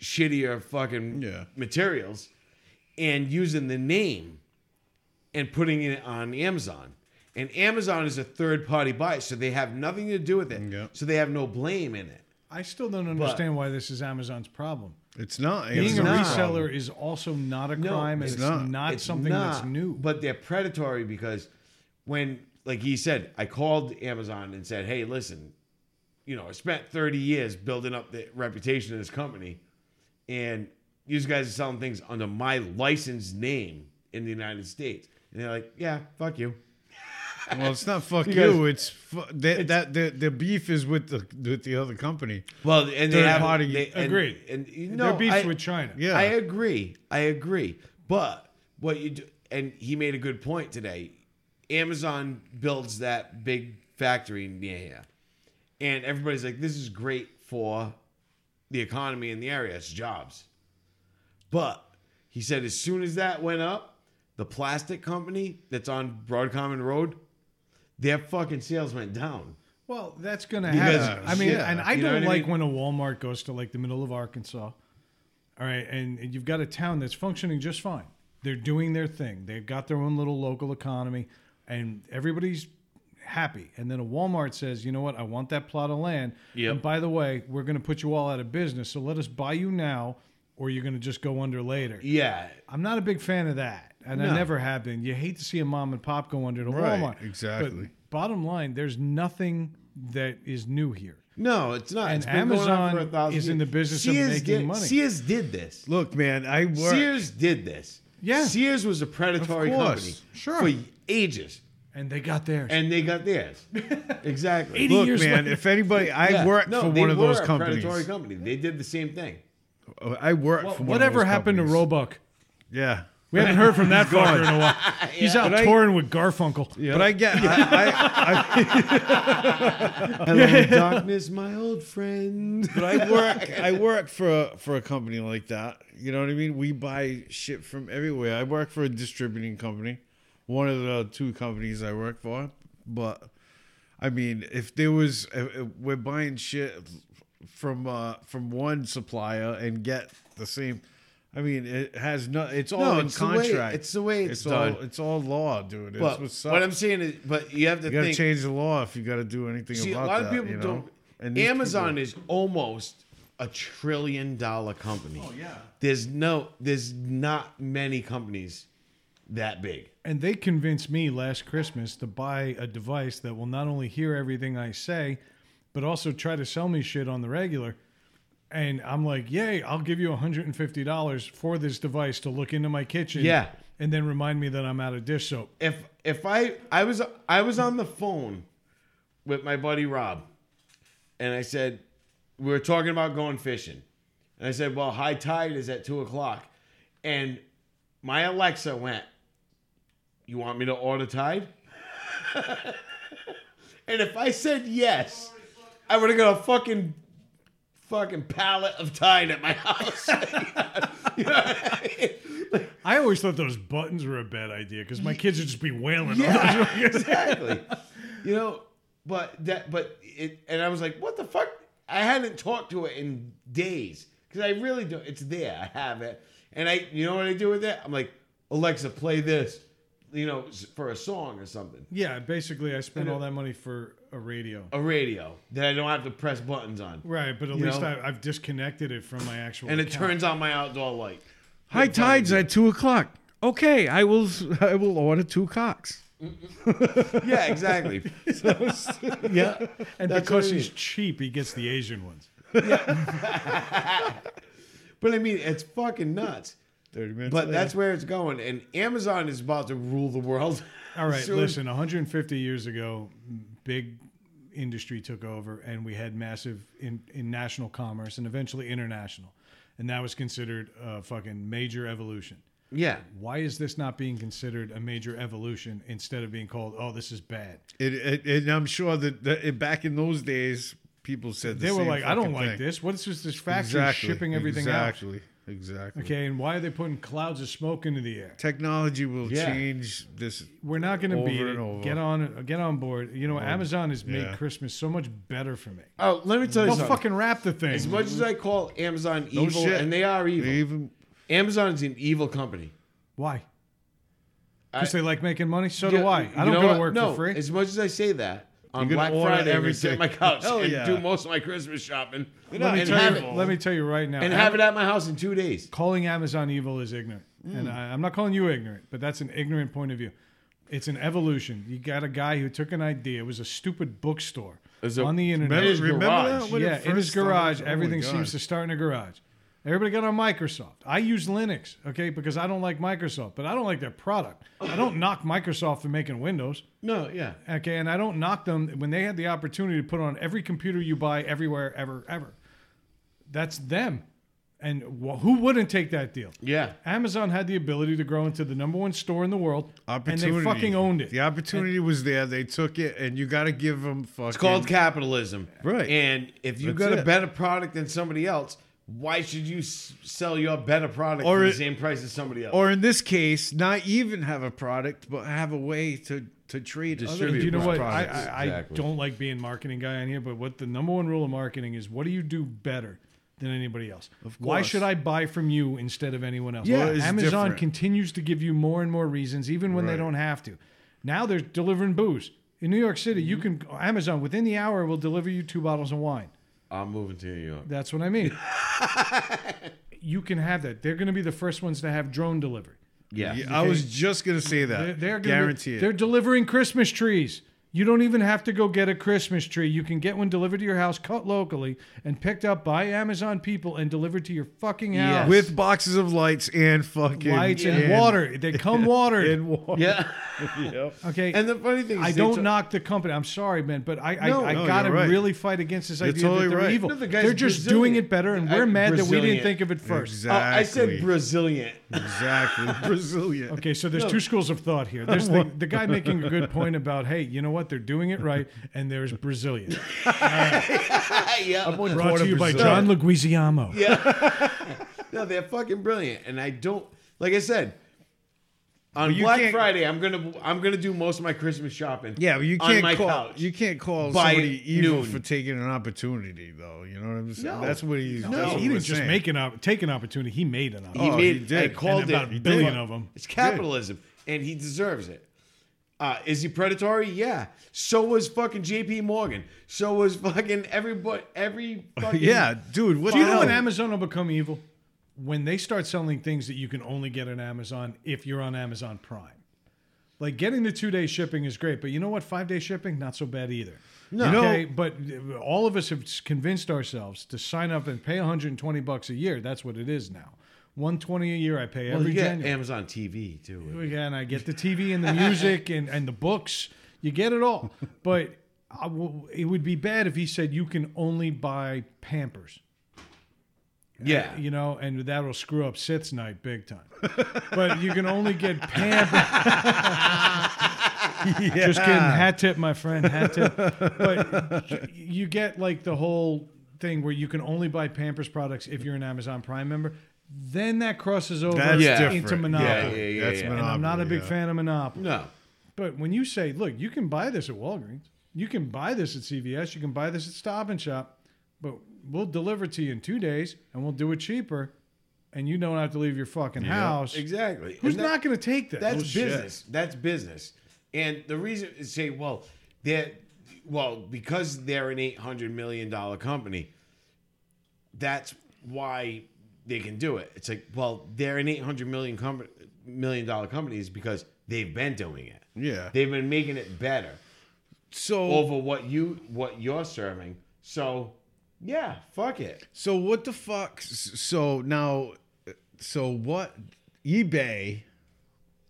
shittier fucking
Yeah.
materials and using the name and putting it on Amazon. And Amazon is a third party buyer, so they have nothing to do with it.
Yeah.
So they have no blame in it.
I still don't understand why this is Amazon's problem.
It's not.
Being a
not.
reseller is also not a crime, and
it's
it's
not.
not,
It's
something that's
not,
new.
But they're predatory because when, like he said, I called Amazon and said, "Hey, listen, you know, I spent 30 years building up the reputation of this company, and you guys are selling things under my licensed name in the United States." And they're like, "Yeah, fuck you."
Well, it's not fuck you.
guys-
it's fu- that that the, the beef is with the with the other company.
Well, and they
Third
have
party-
they, and-
Agreed.
And, you know,
Their beef's
I-
with China.
Yeah.
I agree. I agree. But what you do, and he made a good point today. Amazon builds that big factory near here, and everybody's like, "This is great for the economy in the area. It's jobs." But he said, as soon as that went up, the plastic company that's on Broadcommon Road, their fucking sales went down.
Well, that's going to happen.
Because-
I mean,
yeah,
and I
you know
don't
what I
like
mean?
when a Walmart goes to like the middle of Arkansas. All right, and, and you've got a town that's functioning just fine. They're doing their thing. They've got their own little local economy, and everybody's happy. And then a Walmart says, "You know what? I want that plot of land.
Yep.
And by the way, we're going to put you all out of business. So let us buy you now, or you're going to just go under later."
Yeah,
I'm not a big fan of that, and I
No.
never have been. You hate to see a mom and pop go under the
Right,
Walmart.
exactly.
But bottom line, there's nothing that is new here.
no, it's not.
And
It's been going on
Amazon
for a thousand
is in the
years.
business of
Sears
making
did-
money.
Sears did this.
Look, man, I work.
Sears did this.
Yeah.
Sears was a predatory
Of course.
company
Sure.
for ages,
And they got theirs.
and they got theirs. exactly.
80
Look,
years
man,
later.
if anybody, I
Yeah.
work
No,
for
they
one of
were
those
a
companies.
Predatory company. They did the same thing.
I work for one of
Whatever
those
happened
companies.
to Roebuck?
Yeah.
We haven't heard from that fucker in a while. He's out
But I-
touring with Garfunkel.
But I get, I, I,
Hello, darkness, my old friend.
but I work I work for a, for a company like that. You know what I mean? We buy shit from everywhere. I work for a distributing company, one of the two companies I work for. But I mean, if there was, if- if we're buying shit from uh, from one supplier and get the same. I mean, it has no. It's all in
it's the way-
contract.
it's the way it's
All,
done.
it's all law, dude. It's
But
what sucks.
what I'm saying is, but you have to
you gotta
think.
change the law if you gotta do anything
See, a
about
lot
that.
of people
you know?
don't.
And these
Amazon
people-
is almost a trillion dollar company. Oh yeah. There's no. There's not many companies that big.
And they convinced me last Christmas to buy a device that will not only hear everything I say, but also try to sell me shit on the regular. And I'm like, yay, I'll give you $150 for this device to look into my kitchen.
Yeah.
And then remind me that I'm out of dish soap.
if if I I was I was on the phone with my buddy Rob, and I said we were talking about going fishing, And I said, Well, high tide is at two o'clock. And my Alexa went, You want me to order tide? and if I said yes, I would have got a fucking fucking pallet of tide at my house. You know what I mean?
I always thought those buttons were a bad idea because my kids would just be wailing. on
Yeah,
those buttons.
exactly. You know, but that, but it, and I was like, what the fuck? I hadn't talked to it in days because I really don't. It's there. I have it, and I, you know what I do with it? I'm like, Alexa, play this, you know, s- for a song or something,
yeah, basically, I spent all that money for a radio.
a radio that I don't have to press buttons on,
Right, but at
Oh, You
least
know?
I, I've disconnected it from my actual.
and it
account.
turns on my outdoor light.
High tides at two o'clock. Okay, I will. I will order two cocks.
Yeah, exactly. yeah,
and
That's
because
what I
he's
mean.
cheap, he gets the Asian ones.
but I mean, it's fucking nuts.
Thirty minutes.
But that's where it's going, and Amazon is about to rule the world.
All right,
soon.
listen, 150 years ago, big industry took over and we had massive in, in national commerce and eventually international. And that was considered a fucking major evolution.
Yeah,
Why is this not being considered a major evolution instead of being called, oh, this is bad?
It, it, and I'm sure that, that it, back in those days, people said the
They were
same
like, I don't
fucking
like
thing.
this. What is this, this factory shipping everything out?
exactly, Exactly.
Okay, and why are they putting clouds of smoke into the air?
Technology will
Yeah.
change this.
We're not going to
Over
beat
and
it.
over.
Get on, get on board. You know, Amazon has made
yeah.
Christmas so much better for me.
Oh, let me tell you
They'll
something.
fucking wrap the thing.
as much as I call Amazon evil,
shit.
and they are evil,
Even
Amazon's an evil company.
Why?
I-
Because they like making money. So
Yeah,
do I. I
you
don't
know
go
what?
to work
no,
for free.
As much as I say that, on
You're
Black
gonna order
Friday, I'm gonna sit on my
everything.
couch
Hell
and
yeah.
do most of my Christmas shopping.
Let me,
and
tell
have
you,
it,
let me tell you right now.
and
Am-
have it at my house in two days.
calling Amazon evil is ignorant,
Mm.
and I, I'm not calling you ignorant, but that's an ignorant point of view. It's an evolution. You got a guy who took an idea. It was a stupid bookstore
Is it-
on the internet.
Remember-
remember
garage.
that when it
yeah, in
first
his garage,
started? Oh my
everything
God.
seems to start in a garage. Everybody got on Microsoft. I use Linux, okay, because I don't like Microsoft, but I don't like their product. I don't knock Microsoft for making Windows.
No, yeah.
Okay, and I don't knock them when they had the opportunity to put on every computer you buy everywhere ever ever. That's them, and wh- who wouldn't take that deal?
Yeah.
Amazon had the ability to grow into the number one store in the world, and
opportunity.
they fucking owned it.
The opportunity was there. They took it, and you got to give them fucking.
It's called capitalism.
Right.
And if you
That's
got a
it.
better product than somebody else, why should you s- sell your better product
Or
for the
it-
same price as somebody else?
or in this case, not even have a product, but have a way to to trade. other
Distribute
you know
people's
what? I,
products.
I, I
Exactly.
don't like being marketing guy on here, but what the number one rule of marketing is: what do you do better than anybody else? Of Why
course.
should I buy from you instead of anyone else?
Yeah, it's
Amazon
different.
continues to give you more and more reasons, even when they
Right.
don't have to. Now they're delivering booze in New York City. You
Mm-hmm.
can Amazon within the hour will deliver you two bottles of wine.
I'm moving to New York.
That's what I mean. you can have that. They're going to be the first ones to have drone delivery.
Yeah.
Yeah, I was just gonna say that.
They're, they're gonna-
guaranteed.
They're delivering Christmas trees. You don't even have to go get a Christmas tree. You can get one delivered to your house, cut locally, and picked up by Amazon people and delivered to your fucking house.
Yes.
with boxes of lights and fucking
lights and water. They come watered.
And water.
Yeah.
okay.
And the funny thing is,
I
they
don't
took-
knock the company. I'm sorry, man, but I,
No,
I, I
no,
gotta
you're right.
really fight against this idea
totally
that they're
right.
evil.
No, the guy's
they're just doing
Brazilian.
it better, and
I-
we're mad that we
Brazilian.
didn't think of it first.
Oh, I said
Exactly.
Brazilian.
exactly. Brazilian.
Okay, so there's two schools of thought here. There's the, the guy making a good point about, hey, you know what? They're doing it right, and there's Brazilian.
yeah.
Brought to you by
Brazil.
John Leguizamo.
No, they're fucking brilliant, and I don't. Like I said, on
you
Black
can't-
Friday, I'm gonna I'm gonna do most of my Christmas shopping.
Yeah, but you
on
can't
my
call
couch.
you can't call
By
somebody evil
noon.
for taking an opportunity though. You know what I'm saying?
No.
That's what he's. No,
he didn't just make an op- take an opportunity. He made an
he
opportunity.
oh,
made.
he did.
I called
And
it
about a
He did.
billion of 'em.
It's capitalism, and he deserves it. Uh, is he predatory? Yeah. So was fucking J.P. Morgan. So was fucking everybody. Every fucking
Yeah, dude. What
Do you
the
know when
hell?
Amazon will become evil? When they start selling things that you can only get on Amazon if you're on Amazon Prime. Like getting the two day shipping is great, but you know what? Five day shipping, not so bad either. No. Okay, but all of us have convinced ourselves to sign up and pay 120 bucks a year. That's what it is now. 120 a year I pay
Well,
every
you get
January.
Amazon TV too.
Yeah, and I get the TV and the music and, and the books. You get it all. But I w- it would be bad if he said you can only buy Pampers.
Yeah.
you know, and that'll screw up Sith's night big time. but you can only get pampered. Just kidding. Hat tip, my friend. Hat tip. But y- you get like the whole thing where you can only buy Pampers products if you're an Amazon Prime member. Then that crosses over
That's
Yeah.
different.
into Monopoly.
Yeah, yeah, yeah.
That's
yeah.
And I'm not a big fan of Monopoly.
No.
But when you say, look, you can buy this at Walgreens, you can buy this at CVS, you can buy this at Stop and Shop, but we'll deliver it to you in two days and we'll do it cheaper and you don't have to leave your fucking house.
Exactly.
Who's
And that-
not going to take that?
That's
Oh, shit.
business. That's business. And the reason is say, well, they're well because they're an eight hundred million dollar company. That's why they can do it. It's like, well, they're an eight hundred million company million dollar company is because they've been doing it.
Yeah.
they've been making it better
So
over what you what you're serving. So yeah, fuck it.
So what the fuck? s- So now, so what? eBay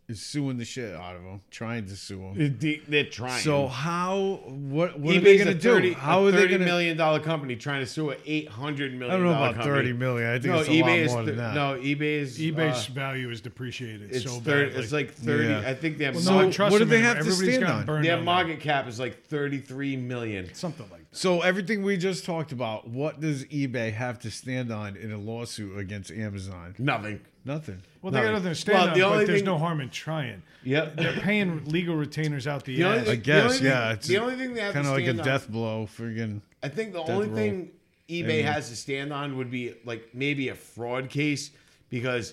is suing the shit out of him, trying to sue him.
They- They're trying.
So how? What? What
eBay's
are they gonna
a 30
do? How
a
are they
30
gonna?
million dollar company trying to sue an eight hundred million?
I don't know
dollar
about
company.
thirty million. I think
No,
it's a
eBay
lot
is
more
th-
than that.
no eBay is
eBay's
uh,
value is depreciated
it's
so
thir-
badly.
it's like thirty.
Yeah.
I think they have
Well,
some-
no,
So
trust
what do
them
they
anymore.
have to
Everybody's
stand
gotten
on?
burned
their
that.
market cap is like thirty three million.
Something like that.
So everything we just talked about, what does eBay have to stand on in a lawsuit against Amazon?
Nothing.
Nothing.
Well, they
No,
got
they-
nothing to stand
well,
on,
the
but
only
there's
thing-
no harm in trying.
Yep.
They're paying legal retainers out the,
The only
ass.
thing-
I
the
guess.
only
yeah.
thing-
It's
the only thing they have to
kind of like a
stand on-
death blow. Friggin'.
I think the
Dead
only
roll.
thing eBay has to stand on would be like maybe a fraud case because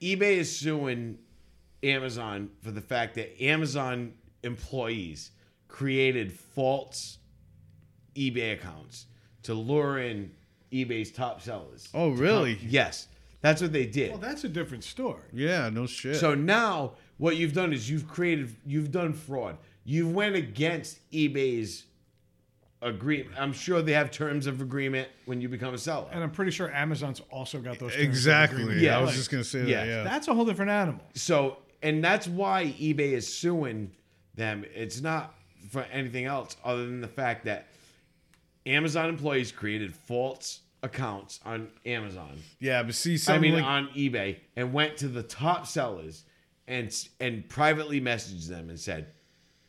eBay is suing Amazon for the fact that Amazon employees created false eBay accounts to lure in eBay's top sellers.
Oh really?
Yes, that's what they did.
Well, that's a different story.
Yeah. No shit.
So now what you've done is you've created you've done fraud. You went against eBay's agreement. I'm sure they have terms of agreement when you become a seller.
And I'm pretty sure Amazon's also got those. terms of agreement.
exactly.
Yeah,
I was
like-
just gonna say
yeah,
that. Yeah.
That's a whole different animal.
So and that's why eBay is suing them. It's not for anything else other than the fact that Amazon employees created false accounts on Amazon.
Yeah, but see,
I
some
mean,
like,
on eBay, and went to the top sellers and s- and privately messaged them and said,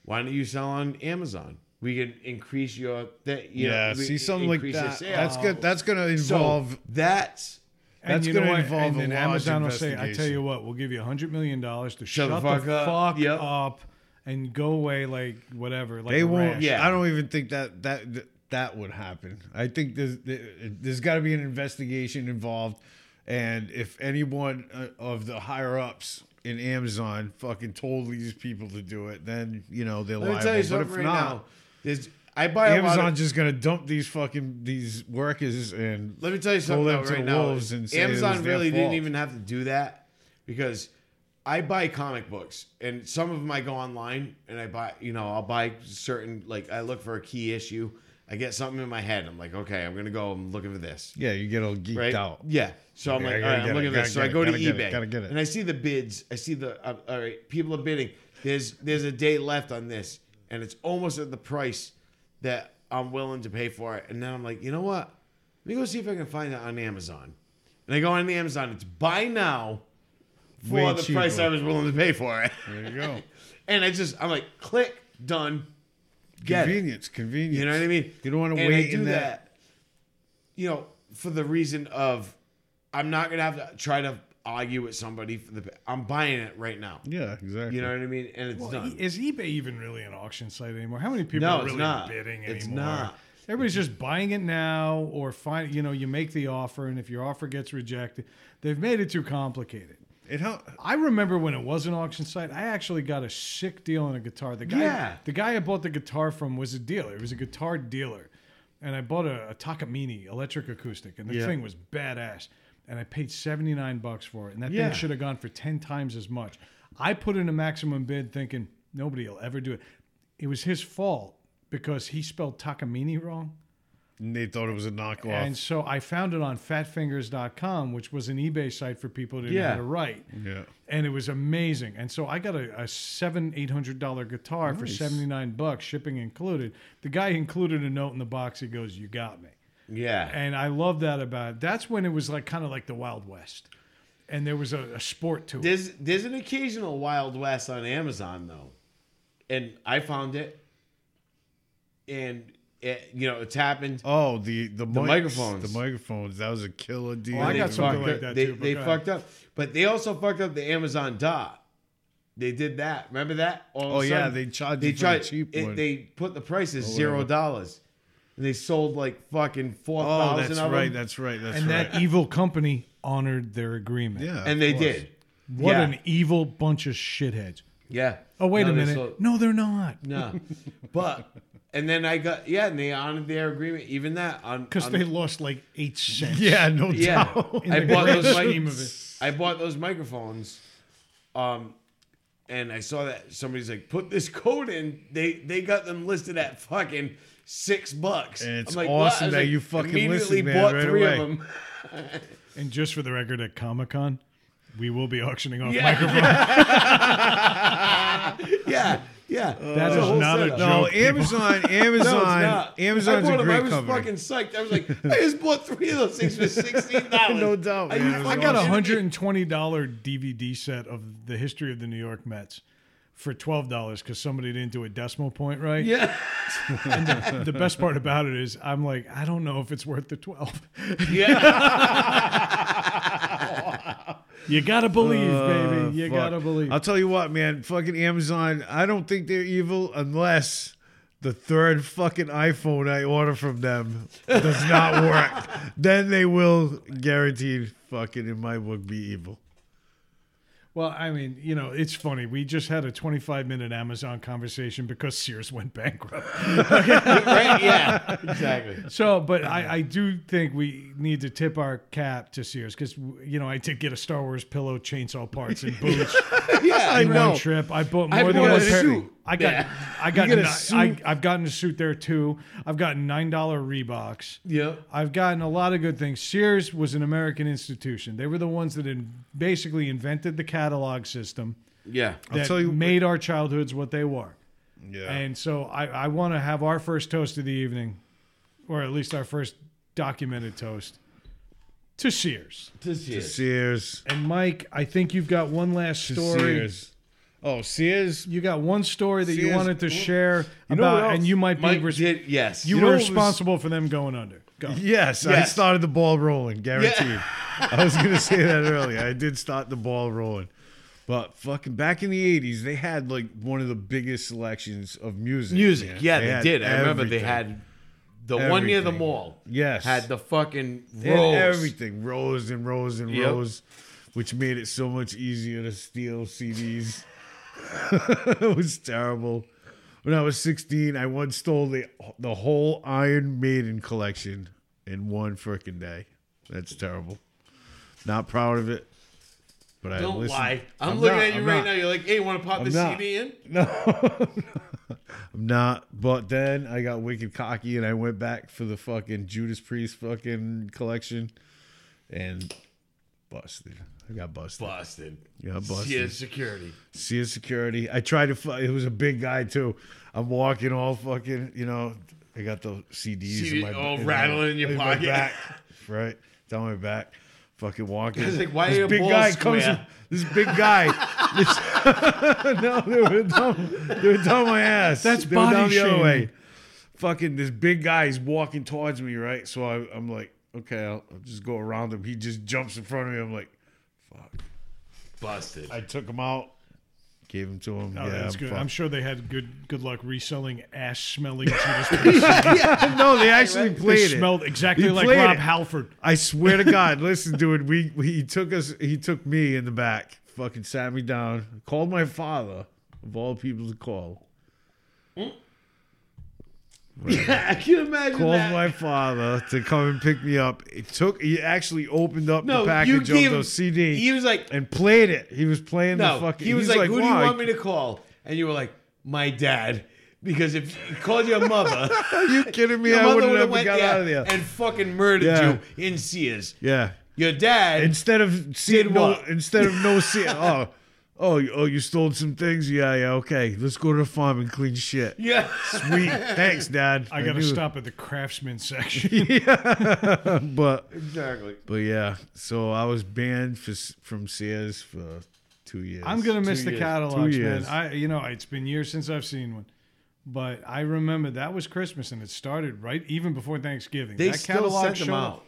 "Why don't you sell on Amazon? We can increase your that you
yeah,
know, we-
see, something like
increase your
that.
sales."
That's good. That's gonna
So
involve.
that's
And
That's
you know
gonna
what?
involve
and
a
then
large
Amazon will say, "I tell
investigation.
you what, we'll give you hundred million dollars to
Shut
shut,
the
the
fuck
fuck,
up. Yep.
up and go away, like whatever." Like
they
a
won't.
rash.
Yeah.
I don't even think that that that, that would happen. I think there's there's got to be an investigation involved, and if anyone uh, of the higher ups in Amazon fucking told these people to do it, then you know they're
let me
liable.
tell you
but
something
if
right now.
not,
There's I buy a lot
Amazon's
of,
just gonna dump these fucking these workers and
Let me tell you
throw
something
them
though,
to
right
the
now.
wolves and say it
Amazon
was their
really didn't
fault.
even have to do that because I buy comic books and some of them I go online and I buy, you know, I'll buy certain like I look for a key issue. I get something in my head. I'm like, okay, I'm gonna go. I'm looking for this,
yeah, you get all geeked
right?
out.
Yeah. So I'm
Okay, I
like, all
gotta
right,
get
I'm
it,
looking for
gotta
this. So
get
I
it,
go to
gotta get it,
eBay
gotta get it.
and I see the bids. I see the uh, all right, people are bidding. There's there's a day left on this, and it's almost at the price that I'm willing to pay for it. And then I'm like, you know what? Let me go see if I can find it on Amazon. And I go on Amazon. It's buy now for
Way
the
cheaper.
price I was willing to pay for it.
There you go.
and I just I'm like, click, done, get it.
convenience, convenience.
You know what I mean?
You don't want to
And I
wait
do
in that.
You know, for the reason of I'm not gonna have to try to argue with somebody for the. I'm buying it right now.
Yeah, exactly.
You know what I mean? And it's
Well,
done.
e- is eBay even really an auction site anymore? How many people
No,
are
it's
really
not.
bidding anymore?
It's not.
Everybody's just buying it now, or find you know you make the offer, and if your offer gets rejected, they've made it too complicated.
It hel-
I remember when it was an auction site. I actually got a sick deal on a guitar. The guy,
Yeah.
the guy I bought the guitar from was a dealer. He was a guitar dealer, and I bought a, a Takamine electric acoustic, and the thing was badass. And I paid seventy nine bucks for it, and that
Yeah.
thing should have gone for ten times as much. I put in a maximum bid, thinking nobody will ever do it. It was his fault because he spelled Takamine wrong.
and they thought it was a knockoff.
And so I found it on fatfingers.com, which was an eBay site for people who didn't know
Yeah.
how to write.
yeah.
And it was amazing. And so I got a, a seven, eight hundred dollar guitar for seventy nine bucks, shipping included. The guy included a note in the box. He goes, "You got me."
Yeah.
and I love that about it. That's when it was like kind of like the Wild West, and there was a, a sport to it.
There's there's an occasional Wild West on Amazon though, and I found it, and it, you know it's happened.
Oh, the the, mics,
microphones.
the microphones. That was a killer deal.
Oh, I
They
got something
fucked
like
up-
that,
They,
too, but
they
go ahead.
fucked up, but they also fucked up the Amazon dot. They did that. Remember that? All of a
Oh, yeah,
sudden,
they charged
They
you for the
tried.
cheap
it-
one.
They put the price as zero dollars, and they sold like fucking four
oh,
thousand.
that's
of
right.
Them.
That's right. That's
and
right.
that evil company honored their agreement.
yeah,
and
of
they
course.
did.
What
Yeah.
an evil bunch of shitheads.
Yeah.
Oh, wait
No,
a
they
minute.
sold-
no, they're not.
No. But and then I got yeah, and they honored their agreement. Even that on
Because
on-
they lost like eight cents.
Yeah, no
yeah.
doubt.
in
I
the
bought
grand
those
scheme of
mic- I bought those microphones, um, and I saw that somebody's like put this code in. They they got them listed at fucking six bucks.
And it's
I'm like, "What?"
awesome
I was
that
like,
you fucking
immediately
listened, man,
bought
right
three of
away.
them.
And just for the record, at Comic Con, we will be auctioning off
Yeah.
microphones.
Yeah,
Uh,
yeah.
That
It's
is
whole
not a
setup.
joke.
No,
people.
Amazon,
No, it's
Amazon,
not.
Amazon's
I
a
bought 'em. I
great
was
company.
fucking psyched. I was like, I just bought three of those things for sixteen dollars.
No doubt,
Are you
man. It was
I
fucking
got a
kidding me?
hundred and twenty dollar DVD set of the history of the New York Mets for twelve dollars because somebody didn't do a decimal point right.
Yeah.
The best part about it is I'm like I don't know if it's worth the twelve.
Yeah.
You gotta believe,
Uh,
baby. You
fuck.
gotta believe.
I'll tell you what, man. Fucking Amazon. I don't think they're evil unless the third fucking iPhone I order from them does not work. then they will guaranteed fucking in my book be evil.
well, I mean, you know, it's funny. We just had a 25 minute Amazon conversation because Sears went bankrupt.
right? Yeah. Exactly.
So, but I, I do think we need to tip our cap to Sears because you know I did get a Star Wars pillow, chainsaw parts, and boots.
Yeah. I
in
know.
one trip. I bought more
I
than
bought
one
a
pair.
suit.
I got,
Yeah.
I got,
You get
ni-
a suit.
I, have gotten a suit there too. I've gotten nine dollar Reeboks.
Yeah.
I've gotten a lot of good things. Sears was an American institution. They were the ones that in, basically invented the catalog system
Yeah.
that
tell you-
made our childhoods what they were.
Yeah.
And so I, I want to have our first toast of the evening, or at least our first documented toast, to Sears.
This year.
Sears.
And Mike, I think you've got one last story.
Sears. Oh, Sears.
You got one story that you
Sears-
wanted to share
know what
about,
else?
and you might be
Mike
res- you,
did, yes.
You
were
know what was-
responsible for them going under. Go.
Yes, I
Yes.
started the ball rolling, guaranteed. I was gonna say that earlier. I did start the ball rolling, but fucking back in the '80s, they had like one of the biggest selections of music.
music.
man.
Yeah, they,
had
did. I remember they
everything.
had the one near the
Everything.
mall.
Yes.
Had the fucking
They had
rolls.
everything, rows and rows and
Yep.
rows, which made it so much easier to steal CDs. it was terrible. When I was 16, I once stole the the whole Iron Maiden collection in one freaking day. That's terrible. Not proud of it. But I
Don't
listened-
lie. I'm, looking
not,
at you
I'm
right
not.
now. You're like, hey, you want to pop this
not.
CD in?
No, I'm not. But then I got wicked cocky and I went back for the fucking Judas Priest fucking collection and busted. I got busted.
Busted.
yeah, busted.
Yeah, security.
Sears security. I tried to. fu- It was a big guy too. I'm walking all fucking. You know, I got the CDs.
CD
in my,
all
in
rattling in your
my
pocket.
back, right down my back. Fucking walking.
It's like, why are your
big
balls
guy comes.
square?
This big guy. this- no, they were down. They were down my ass.
That's
they were down
body
the other
shaming.
way. Fucking this big guy is walking towards me, right? So I, I'm like, okay, I'll, I'll just go around him. He just jumps in front of me. I'm like, fuck.
Busted.
I took him out, gave him to him.
Oh,
yeah,
that's
I'm
good.
fucked.
I'm sure they had good good luck reselling ass smelling Judas Priest.
no, they actually
They
played it.
smelled exactly
He
like
played
Rob
it.
Halford.
I swear to God, listen, dude, we, we he took us, he took me in the back, fucking sat me down, called my father of all people to call,
I can imagine
called
that.
my father to come and pick me up. It took, he actually opened up
no,
the
you
package
gave
of the CD
He was like,
and played it. He was playing
no.
the fucking.
he was
he's
like, who do you
"Wow,
want me to call? And you were like, my dad. Because if he called your mother,
Are you kidding me?
your
I
mother
wouldn't
would have
have
went
got out of
there
there.
and fucking murdered
Yeah.
you in Sears.
yeah.
Your dad
Instead of seeing no,
what?
instead of no see, oh, Oh, you- oh, you stole some things? Yeah, yeah, okay. Let's go to the farm and clean shit.
Yeah.
Sweet. Thanks, Dad.
I gotta
knew-
stop at the craftsman section.
But
Exactly.
but yeah, so I was banned for, s- from Sears for two years.
I'm gonna miss
Two
the
years.
catalogs,
Two
man.
years.
I you know it's been years since I've seen one, but I remember that was Christmas and it started right even before Thanksgiving.
They
that
still
catalog
sent them
showed up.
out.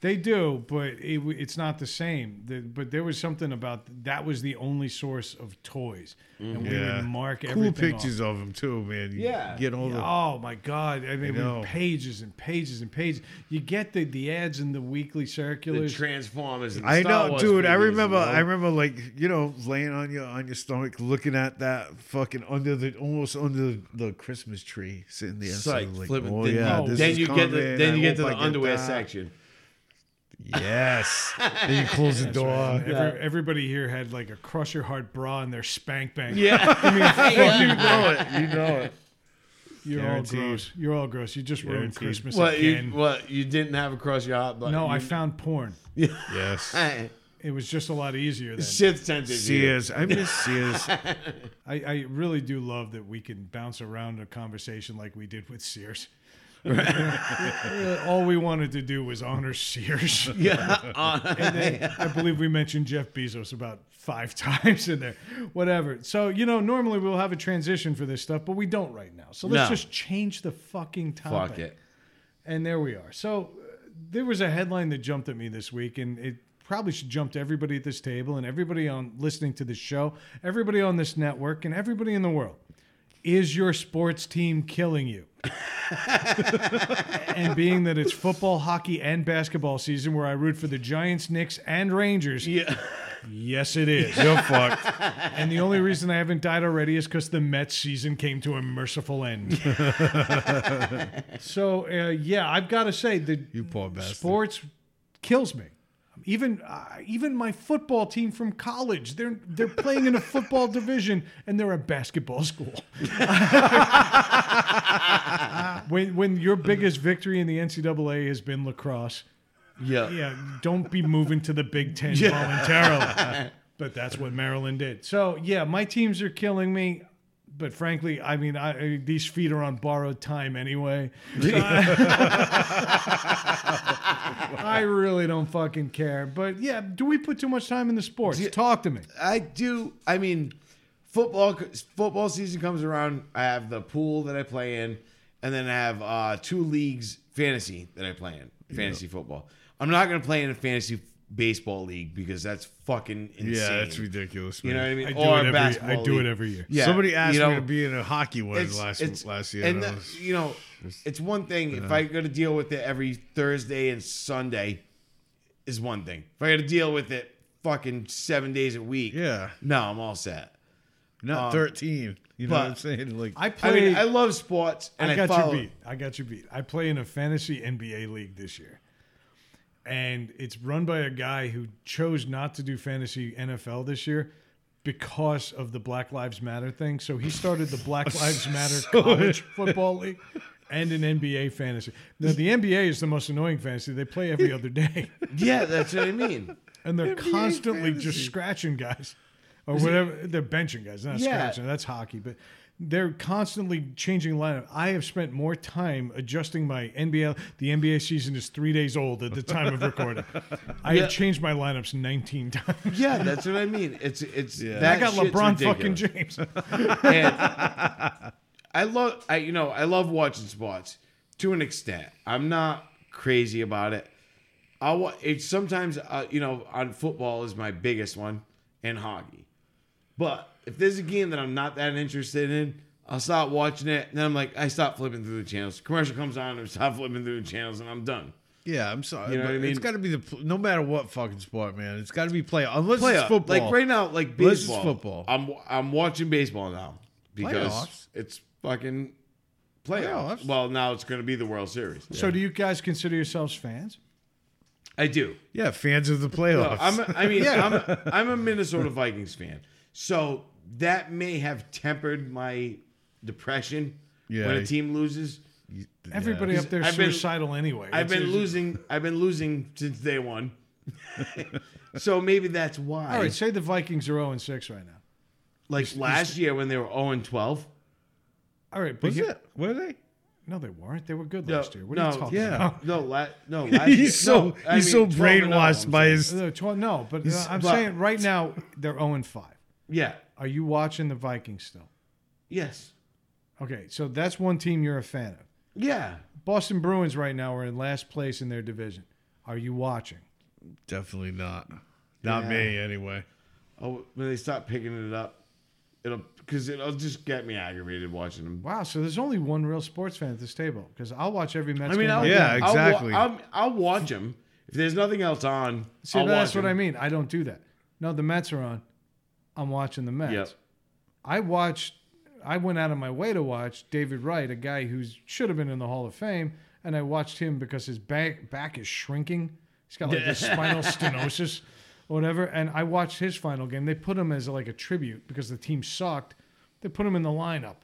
They do, but it, w- it's not the same. The, but there was something about that was the only source of toys, and we
Mm-hmm. Yeah.
would mark
cool
everything. off.
pictures of him too, man. You
Yeah.
get all the
Oh my God! I mean,
know.
pages and pages and pages. You get the, the ads in the weekly
The
circulars.
Transformers. And
I
Star
know,
Wars
dude. I
figures,
remember.
you know?
I remember, like you know, laying on your on your stomach, looking at that fucking under the almost under the Christmas tree, sitting there,
It's
so
like
like,
flipping.
oh
then
yeah,
you,
this
then
is
you get
coming,
the,
I
then you get
hope
to
I
the underwear
that.
section.
Yes, then you close the door.
Every- everybody here had like a crush your heart bra and their spank bank.
Yeah.
You know it. You know it.
You're
Guaranteed.
all gross. You're all gross. You just ruined
Guaranteed.
Christmas
what
again.
you what you didn't have across your heart, but
no, I
you,
found porn.
Yes.
I
It was just a lot easier then.
Sith sent it to you.
Sears. I miss Sears.
I, I really do love that we can bounce around a conversation like we did with Sears. All we wanted to do was honor Sears. And then I believe we mentioned Jeff Bezos about five times in there. Whatever. So, you know, normally we'll have a transition for this stuff, but we don't right now. So let's
No.
just change the fucking topic.
Fuck it.
And there we are. So uh, there was a headline that jumped at me this week, and it probably should jump to everybody at this table and everybody on listening to this show, everybody on this network, and everybody in the world. Is your sports team killing you? and being that it's football, hockey, and basketball season where I root for the Giants, Knicks, and Rangers,
Yeah.
yes, it is.
You're fucked.
And the only reason I haven't died already is because the Mets season came to a merciful end. so, uh, yeah, I've got to say the
You poor bastard.
sports kills me. Even uh, even my football team from college, they're they're playing in a football division and they're a basketball school. when when your biggest victory in the NCAA has been lacrosse,
Yeah.
yeah, don't be moving to the Big Ten voluntarily. But that's what Maryland did. So yeah, my teams are killing me. But frankly, I mean, I, I- these feet are on borrowed time anyway. So I, I really don't fucking care. But yeah, do we put too much time in the sports? Talk to me.
I do. I mean, football football season comes around. I have the pool that I play in, and then I have uh, two leagues fantasy that I play in fantasy football. I'm not gonna play in a fantasy baseball league because that's fucking insane.
Yeah, that's ridiculous. Man.
You know what I mean?
I do
Or
it every-
basketball
I do it
league.
every year.
Yeah,
Somebody asked
you know,
me to be in a hockey one
it's-
last
it's-
last year.
And
and I
the-
was-
you know, it's one thing if I got to deal with it every Thursday and Sunday, is one thing. If I got to deal with it fucking seven days a week,
yeah,
no, I'm all set.
not thirteen. You know
um, but
what I'm saying? Like
I
I
play.
mean, I love sports, and
I
I,
got
follow.
you beat. I got you beat. I play in a fantasy NBA league this year. And it's run by a guy who chose not to do fantasy NFL this year because of the Black Lives Matter thing. So he started the Black Lives Matter College Football League and an NBA fantasy. Now, the NBA is the most annoying fantasy. They play every other day.
Yeah, that's what I mean.
And they're constantly just scratching guys or whatever. they're benching guys, not
Yeah.
scratching. That's hockey, but they're constantly changing lineup. I have spent more time adjusting my NBA. The NBA season is three days old at the time of recording. I have changed my lineups 19 times.
Yeah, that's what I mean. It's it's
I
that
got
shit's
LeBron fucking
ridiculous.
James.
And I love, I you know, I love watching sports to an extent. I'm not crazy about it. I wa- it's sometimes, uh, you know, on football is my biggest one, and hockey. But if there's a game that I'm not that interested in, I'll stop watching it, and then I'm like, I stop flipping through the channels. Commercial comes on, I stop flipping through the channels, and I'm done.
Yeah, I'm sorry.
You know
but
what I
It's
mean?
got to be the pl- no matter what fucking sport, man. It's got to be playoff unless it's
Playoff,
football.
like right now, like
Unless it's
baseball.
football.
I'm I'm watching baseball now because
Playoffs?
it's fucking playoffs.
Playoffs?
Well, now it's going to be the World Series.
So, do you guys consider yourselves fans?
I do.
yeah, fans of the playoffs.
I'm a, I mean, I'm, I'm a Minnesota Vikings fan. So that may have tempered my depression
Yeah.
when a team loses.
Everybody up there
I've been-
suicidal anyway.
I've
It's-
been
it's-
losing I've been losing since day one. so maybe that's why.
All right, say the Vikings are 0 and 6 right now.
Like last year when they were 0 and 12.
All right, but
Was
you-
it? Were they?
no, they weren't. They were good
No,
last year. What
no,
are you talking
yeah.
about?
No, la- no. Last year-
He's so
no, I
he's
mean,
so
12 and 0,
brainwashed
I'm
by
saying.
his.
No, tw- no, but uh, I'm
but-
saying right now they're 0 and 5.
Yeah.
Are you watching the Vikings still?
Yes.
Okay, so that's one team you're a fan of.
Yeah.
Boston Bruins right now are in last place in their division. Are you watching?
Definitely not. Not
Yeah.
me anyway.
Oh, when they stop picking it up, it'll because it'll just get me aggravated watching them.
Wow, so there's only one real sports fan at this table because I'll watch every Mets
I mean,
game.
I'll,
I
Yeah,
can.
I'll wa-
exactly.
I'll, I'll, watch them if there's nothing else on.
See,
I'll
but that's
watch
what I
'em.
mean. I don't do that. No, the Mets are on. I'm watching the Mets.
Yep.
I watched. I went out of my way to watch David Wright, a guy who should have been in the Hall of Fame, and I watched him because his back back is shrinking. He's got like this spinal stenosis, or whatever. And I watched his final game. They put him as like a tribute because the team sucked. They put him in the lineup,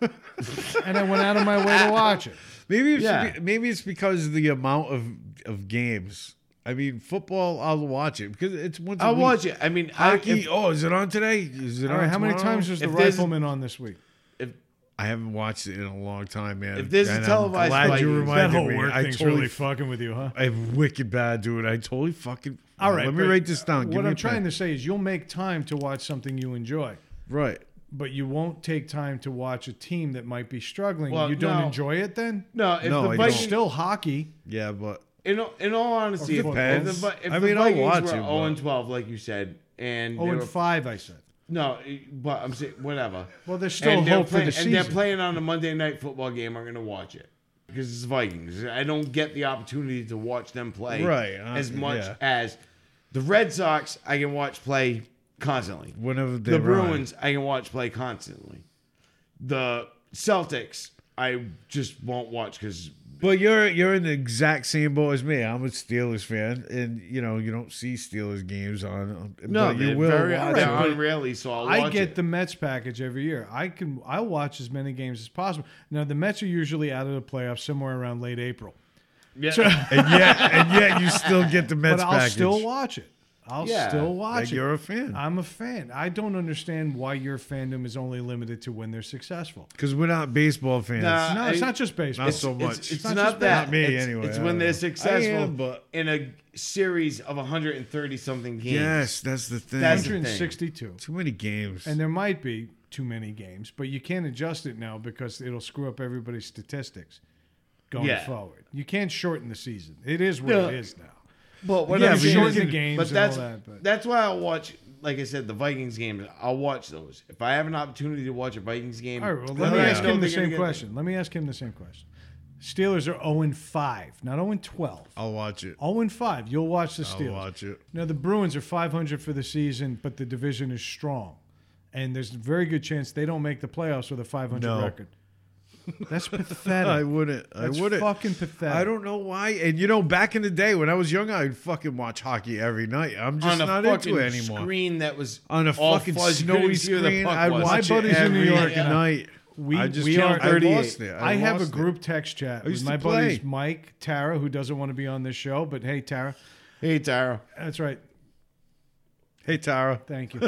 and I went out of my way to watch it.
Maybe it's
Yeah.
be- maybe it's because of the amount of of games. I mean, football. I'll watch it because it's once. a
I'll
week.
watch it. I mean, I,
Hockey.
if,
oh, is it on today? Is it
All
on?
right, how many
tomorrow?
times was the
If there's-
Rifleman on this week?
if
I haven't watched it in a long time, man.
If there's a
And I'm
televised
glad
fight,
you
that
reminded me. I totally
fucking with you, huh?
I'm wicked bad, dude. I totally fucking.
All right,
let me
but
write this down. Give
What
me
I'm
a
trying
pen.
to say is, you'll make time to watch something you enjoy.
right.
but you won't take time to watch a team that might be struggling.
Well,
you don't
no.
enjoy it then?
no, if
No,
the
I
But
Vikings,
still hockey.
Yeah, but
in all, in all honesty, if, if the,
Depends.
Vi- if
I
the
mean, I'll
Vikings
watch
were
it, but-
0 and 12, like you said, Oh and they
0
were-
and 5, I said.
no, eh, but I'm saying whatever.
Well, there's still
they're
hope for
play-
the
And they're
season.
playing on a Monday night football game. I'm going to watch it because it's Vikings. I don't get the opportunity to watch them play
Right, uh,
as much
yeah.
as the Red Sox. I can watch play constantly.
whenever they
The
run.
Bruins, I can watch play constantly. The Celtics, I just won't watch because
But you're you're in the exact same boat as me. I'm a Steelers fan, and you know you don't see Steelers games on.
no,
but you
they're
will.
very
watch
they're
it.
on rarely. So I'll
I
watch
get
it.
the Mets package every year. I can I watch as many games as possible. Now the Mets are usually out of the playoffs somewhere around late April.
Yeah.
and yet and yet you still get the Mets
but I'll
package.
still watch it. I'll
Yeah,
still
Like,
watch it. Uh,
you're a fan
I'm a fan. I don't understand why your fandom is only limited to when they're successful.
because we're not baseball fans.
Nah,
No, it's
Uh, I-
not just baseball.
Not so much.
It's, it's
not
not,
just
that.
Not me,
it's,
anyway.
It's
I
when
don't
they're
know.
successful
I am, but-
in a series of 130 something games.
yes, that's the thing.
That's- the thing.
162.
Too many games.
And there might be too many games, but you can't adjust it now because it'll screw up everybody's statistics going
Yeah.
forward. You can't shorten the season. It is what
No.
it is now.
But when
Yeah,
I'm
but you
shorting
can-
the games,
but
but
and
that's
all that, but-
that's why I'll watch. Like I said, the Vikings games. I'll watch those if I have an opportunity to watch a Vikings game.
All right, well,
I
let me
know
ask
they're
him the
gonna get
same
there.
question. Let me ask him the same question. Steelers are 0 and 5, not 0 and 12.
Oh.
I'll watch it.
0 and 5. You'll watch the
I'll
Steelers.
watch it.
Now, the Bruins are 500 for the season, but the division is strong. And there's a very good chance they don't make the playoffs with a 500
No.
record. That's pathetic.
I wouldn't.
That's
I wouldn't.
fucking pathetic.
I don't know why. And you know, back in the day when I was younger, I'd fucking watch hockey every night. I'm just
On a
not
fucking
into it anymore.
screen that was
On a
all
fucking
fuzz, you
snowy
couldn't see where the
screen,
puck
I'd
was.
watch
My
it
buddies in
every
New York and I-
night.
We,
I just
we
can't-
are
I lost
38.
it.
I, have a
lost it.
group text chat with
used
my
to
buddies
play.
Mike, Tara, who doesn't want to be on this show, but hey, Tara,
Hey, Tyra.
that's right.
Hey, Tara.
Thank you,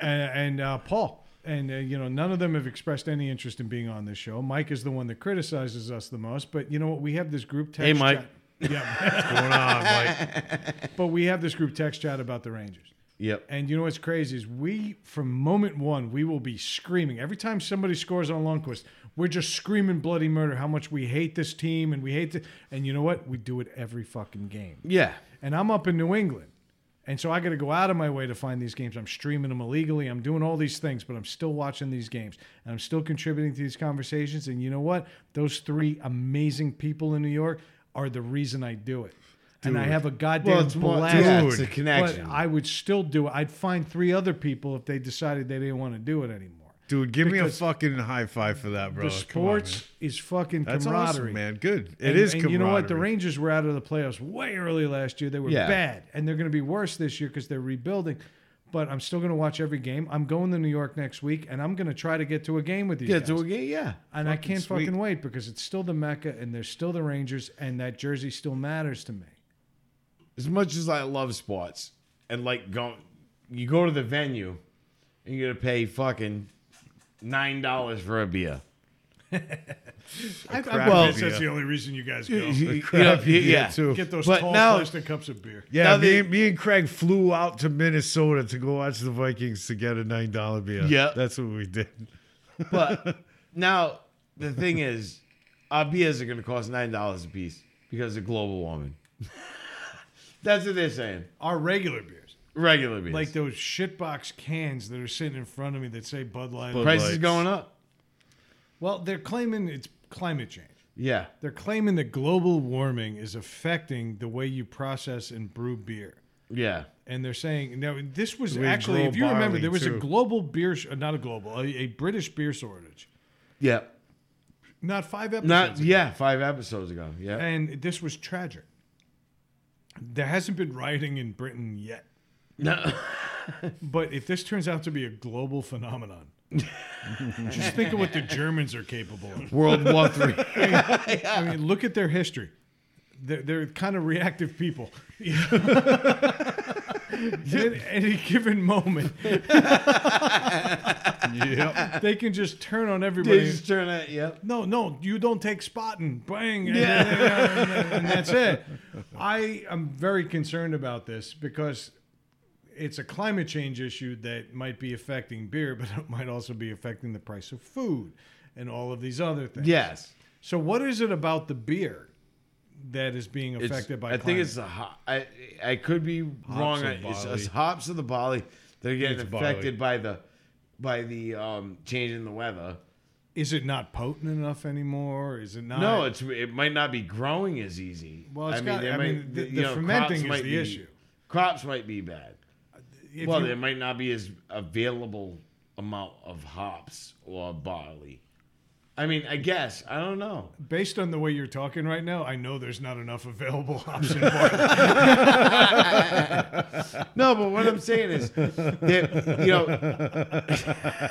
and, and uh, Paul, and uh, you know, none of them have expressed any interest in being on this show. Mike is the one that criticizes us the most, but you know what? We have this group text.
Hey, Mike.
Chat. Yeah,
What's going on, Mike?
but we have this group text chat about the Rangers.
Yep.
And you know what's crazy is we, from moment one, we will be screaming. Every time somebody scores on Lundqvist, we're just screaming bloody murder how much we hate this team and we hate it. And you know what? We do it every fucking game.
Yeah.
And I'm up in New England. And so I got to go out of my way to find these games. I'm streaming them illegally. I'm doing all these things, but I'm still watching these games. And I'm still contributing to these conversations. And you know what? Those three amazing people in New York are the reason I do it. And I have a goddamn
Well, it's more.
blast.
Yeah, it's a
Dude.
connection.
But I would still do it. I'd find three other people if they decided they didn't want to do it anymore.
Dude, give me a
Because
fucking high five for that, bro.
the
Come on,
sports
man.
is fucking
That's
camaraderie.
awesome, man. Good. It
And,
is
and
camaraderie.
you know what? The Rangers were out of the playoffs way early last year. They were
Yeah.
bad, and they're going to be worse this year because they're rebuilding. But I'm still going to watch every game. I'm going to New York next week, and I'm going to try to get to a game with these
Get
guys.
to a game. Yeah.
and I can't
sweet.
fucking wait because it's still the Mecca, and they're still the Rangers, and that jersey still matters to me.
as much as I love sports and like go, you go to the venue you're gonna pay fucking nine dollars for a beer.
I, I,
crappy
well, that's
beer.
the only reason you guys go.
You know,
crappy beer,
yeah,
too.
Get those
But
tall
now-
plastic cups of beer.
Yeah,
Now
me,
they-
and- me and Craig flew out to Minnesota to go watch the Vikings to get a nine dollar beer.
Yeah.
that's what we did.
But now the thing is, our beers are going to cost nine dollars a piece because of global warming. That's what they're saying.
Our regular beers,
Regular beers,
like those shitbox cans that are sitting in front of me that say Bud Light.
Bud-
prices
Lights.
going up.
Well, they're claiming it's climate change.
Yeah,
They're claiming that global warming is affecting the way you process and brew beer.
yeah.
And they're saying now this was
We
actually,
grow
if you remember,
barley,
there was a
too.
global beer, sh- uh, not a global, a, a British beer shortage.
Yeah.
Not five episodes.
Not
ago.
yeah, five episodes ago. Yeah.
And this was tragic. There hasn't been rioting in Britain yet.
No.
But if this turns out to be a global phenomenon, just think of what the Germans are capable of.
World War Three.
I mean, look at their history. They're, they're kind of reactive people. at any given moment,
Yep.
they can just turn on everybody.
Just turn it. Yep.
no, no, you don't take spotting. Bang. and- And, and that's it. I am very concerned about this because it's a climate change issue that might be affecting beer, but it might also be affecting the price of food and all of these other things.
Yes.
So, what is it about the beer that is being
It's-
affected by
I
climate?
think it's the hop. I I could be wrong.
and
It's,
barley.
it's hops of the barley. They're getting
It's barley.
affected by the by the um, change in the weather.
is it not potent enough anymore? Is it not?
No, it's it might not be growing as easy.
Well, it's
I
got-
mean, they
I
might,
mean, the-
you
the
know,
fermenting
crops
is
might
the
be-
issue.
Crops might be bad.
If
well,
you-
there might not be as available amount of hops or barley. I mean, I guess I don't know.
based on the way you're talking right now, I know there's not enough available option for
No, but what I'm saying is, that, you know,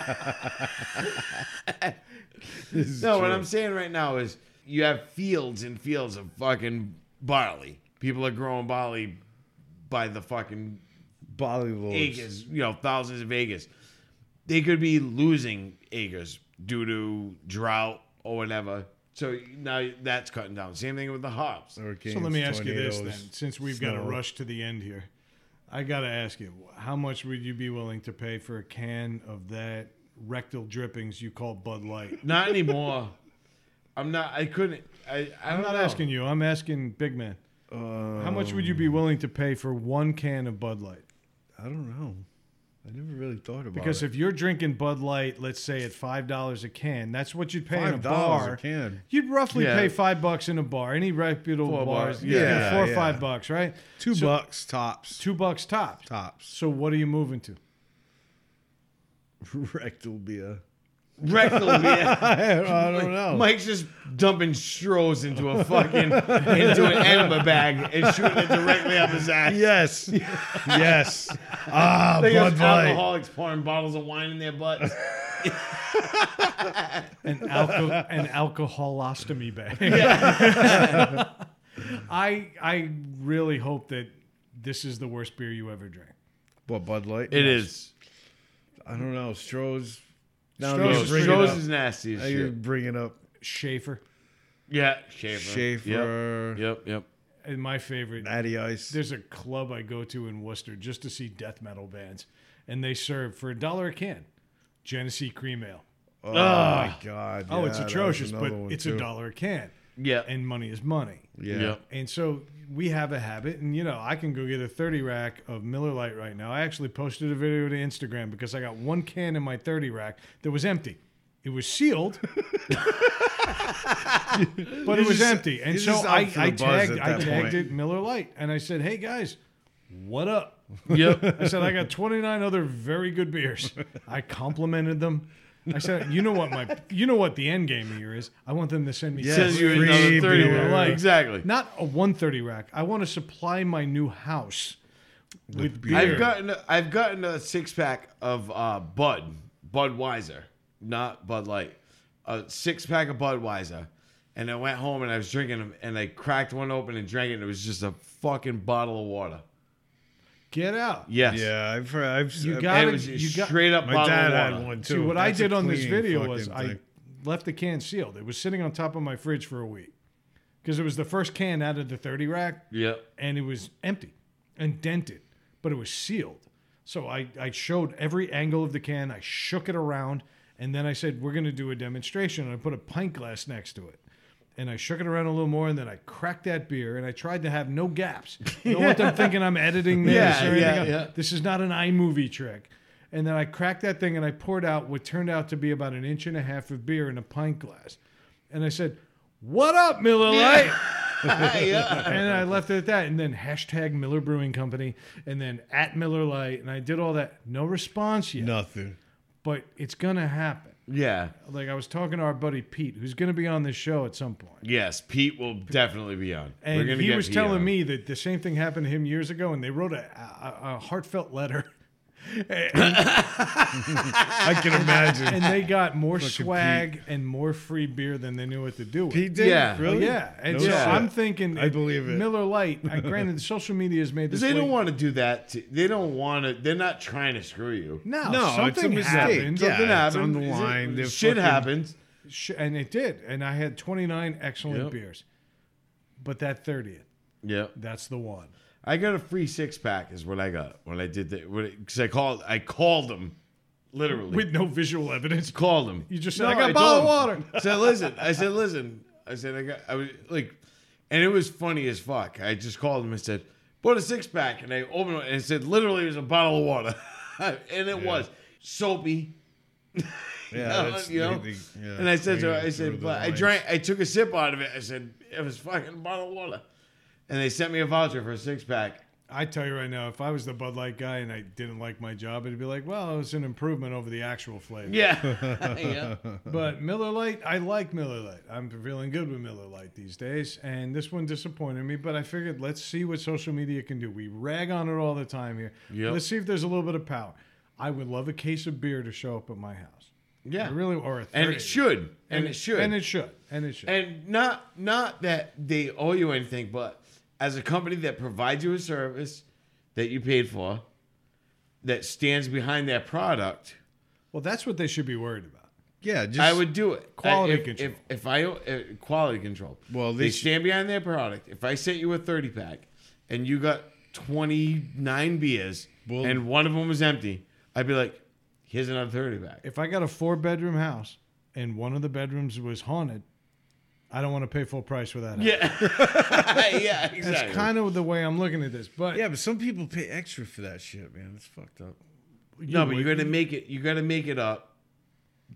no, what I'm saying right now is you have fields and fields of fucking barley. People are growing barley by the fucking
Bali lords.
acres, you know, thousands of acres. They could be losing acres due to drought or whatever. So now that's cutting down. Same thing with the hops.
hurricanes,
So let me ask you this
tornadoes.
then, since we've got to
snow.
rush to the end here, I got to ask you, how much would you be willing to pay for a can of that rectal drippings you call Bud Light?
Not anymore. I'm not. I couldn't. I. I
I'm not asking you. I'm asking Big Man.
uh,
how much would you
Um,
be willing to pay for one can of Bud Light?
I don't know. I never really thought about
Because
it.
if you're drinking Bud Light, let's say at five dollars a can, that's what you'd pay in a
five dollars
bar.
a can,
You'd roughly
Yeah.
pay five bucks in a bar. Any reputable
Four
bars,
bucks.
yeah,
Yeah,
four or
yeah.
five bucks, right?
two
So-
bucks tops.
Two bucks tops.
tops.
So what are you moving to?
Rectal beer.
Rectal beer.
I don't know.
Mike's just dumping strolls into a fucking into an enema bag and shooting it directly up his ass.
yes, yes. Ah,
They got
Bud Light.
alcoholics pouring bottles of wine in their butts.
An, alco- an alcoholostomy bag. I I really hope that this is the worst beer you ever drank.
What Bud Light?
It is.
I don't know. Stroh's.
Stroh's
you
is
bring it
Strolls
up.
is nasty as
Now you're
shit.
bringing up
Schaefer,
Yeah, Schaefer. Yep.
Schaefer,
Yep. Yep.
and uh, my favorite.
Natty Ice.
There's a club I go to in Worcester just to see death metal bands, and they serve for a dollar a can, Genesee Cream Ale.
Oh my God!
Oh,
yeah,
it's
that was
atrocious,
another
but
one,
it's
too.
a dollar a can,
Yeah.
and money is money.
Yeah.
Yep.
And so we have a habit, and you know, I can go get a 30 rack of Miller Lite right now. I actually posted a video to Instagram because I got one can in my 30 rack that was empty. It was sealed, but it was
just-
empty. And
you're
so
just out
I,
for the
I
buzz
tagged,
at
I
that
tagged
point.
it Miller Lite, and I said, "Hey guys, what up?"
Yep.
I said, I got 29 other very good beers. I complimented them. I said, you know what my, you know what the end game here is. I want them to send me
Yes.
Sends you
Free
another thirty.
beer.
Right, Exactly.
not a 130 rack. I want to supply my new house with beer.
I've gotten I've gotten a six pack of uh, Bud Budweiser, not Bud Light, a six pack of Budweiser, and I went home and I was drinking them and I cracked one open and drank it and it was just a fucking bottle of water.
Get out.
Yes.
Yeah, I've heard. I've,
You
I've-
got
And
Gotta-
it was just
you got-
straight up
My
bottle
dad
of
had
water.
one too.
See, what I
That's
did
a
on this
clean
video was
fucking
I
thing.
left the can sealed. It was sitting on top of my fridge for a week because it was the first can out of the 30 rack
Yep.
and it was empty and dented, but it was sealed. So I, I showed every angle of the can, I shook it around, and then I said, We're going to do a demonstration. And I put a pint glass next to it. And I shook it around a little more, and then I cracked that beer, and I tried to have no gaps. No one them thinking I'm editing this
Yeah,
or anything.
yeah,
else.
yeah.
This is not an iMovie trick. And then I cracked that thing, and I poured out what turned out to be about an inch and a half of beer in a pint glass. And I said, "What up, Miller Lite?" and I left it at that. And then hashtag Miller Brewing Company, and then at Miller Lite, and I did all that. No response yet,
Nothing.
but it's gonna happen.
Yeah.
Like I was talking to our buddy Pete, who's gonna be on this show at some point.
Yes. Pete will definitely be on. We're
And
gonna
he
get
was
Pete
telling
on.
me that the same thing happened to him years ago, and they wrote a, a, a heartfelt letter. And,
I can imagine.
and they got more swag and more free beer than they knew what to do with.
he did.
Yeah.
Really?
yeah, and
No
so
shit.
I'm thinking,
I believe it.
Miller Lite. I, granted, social media has made this.
They
way-
don't want to do that. To, they don't want to. They're not trying to screw you.
No,
No, it's a
something
mistake.
happened.
Yeah,
Something
it's
happens.
on the line. They're
Shit
fucking-
happens.
Sh- and it did. And I had 29 excellent
Yep.
beers. But that 30th,
Yep.
that's the one.
I got a free six pack. Is what I got when I did that. Because I called. I called them. Literally.
With no visual evidence.
called him.
You just said, "I got a bottle of
I said, listen. I said, listen. I said, I got. I was like, and it was funny as fuck. I just called him and said, bought a six pack, and I opened it and it said, literally, it was a bottle of water, and it was soapy.
Yeah. that's-
you know?
they- they- yeah,
and I said,
they
to her, I
threw
said,
the
but I
lines.
drank. I took a sip out of it. I said, it was fucking a bottle of water, and they sent me a voucher for a six pack.
I tell you right now, if I was the Bud Light guy and I didn't like my job, it'd be like, well, it was an improvement over the actual flavor.
Yeah, yeah.
But Miller Lite, I like Miller Lite. I'm feeling good with Miller Lite these days. And this one disappointed me, but I figured let's see what social media can do. We rag on it all the time here.
Yep.
Let's see if there's a little bit of power. I would love a case of beer to show up at my house.
yeah.
I really, or a 30.
And it should. And it should.
And it should. And it should.
and not not that they owe you anything, but as a company that provides you a service that you paid for, that stands behind their product,
well, that's what they should be worried about.
Yeah. Just,
I would do it.
Quality
I, if,
control.
If, if I uh, quality control,
Well,
they,
they sh-
stand behind their product. If I sent you a thirty pack and you got twenty nine beers
Well-
and one of them was empty, I'd be like, "Here's another thirty pack."
If I got a four bedroom house and one of the bedrooms was haunted, I don't want to pay full price for that. House.
yeah, yeah, exactly.
That's kind of the way I'm looking at this. But
Yeah, but some people pay extra for that shit, man. It's fucked up.
no, but
would-
you got to make it. You got to make it up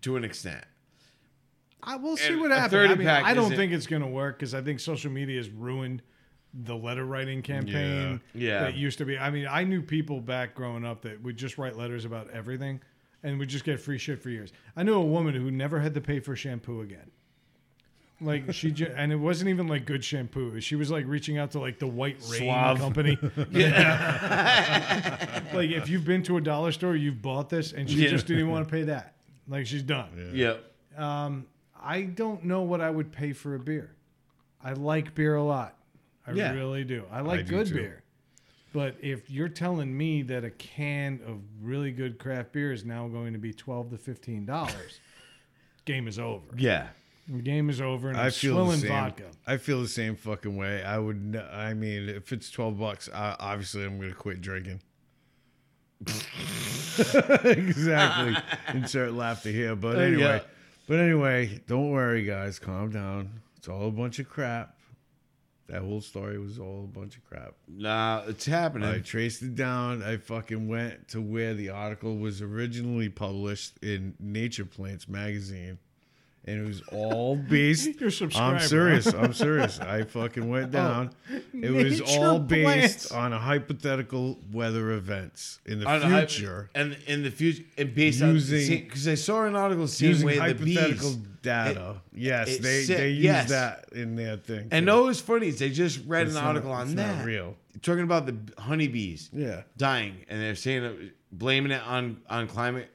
to an extent.
I will see
And
what
a
happens.
30
I mean,
pack
I don't
isn't-
think it's going to work because I think social media has ruined the letter writing campaign
Yeah.
that used to be. I mean, I knew people back growing up that would just write letters about everything and would just get free shit for years. I knew a woman who never had to pay for shampoo again. Like she just, and it wasn't even like good shampoo. She was like reaching out to like the White Rain
Suave.
company. like if you've been to a dollar store, you've bought this, and she
Yeah.
just didn't even want to pay that. Like she's done.
Yeah.
Um, I don't know what I would pay for a beer. I like beer a lot. I
Yeah.
really do. I like
I do
good
too.
beer. But if you're telling me that a can of really good craft beer is now going to be twelve to fifteen dollars, game is over.
Yeah.
The game is over, and I'm
I feel the
swilling
same.
vodka.
I feel the same fucking way. I would. n- I mean, if it's twelve bucks, I, obviously I'm gonna quit drinking. exactly. Insert laughter here,
Uh,
but
yeah.
anyway. But anyway, don't worry, guys. Calm down. It's all a bunch of crap. That whole story was all a bunch of crap.
Nah, it's happening.
I traced it down. I fucking went to where the article was originally published in Nature Plants magazine. And it was all based.
You're a subscriber,
I'm
huh?
serious. I'm serious. I fucking went
Oh,
down. it was
Nature
all
Plants.
based on a hypothetical weather events in the
On a hy-
future.
and in the future, and based
Using-
on because I saw an article the same
using
way the
hypothetical
bees.
data. yes,
it
they
said-
they use
yes.
that in their thing.
And
too.
no, it's funny. is They just read
It's
an
not-
article on
it's
that.
not real.
Talking about the honeybees
Yeah.
dying, and they're saying it- blaming it on on climate,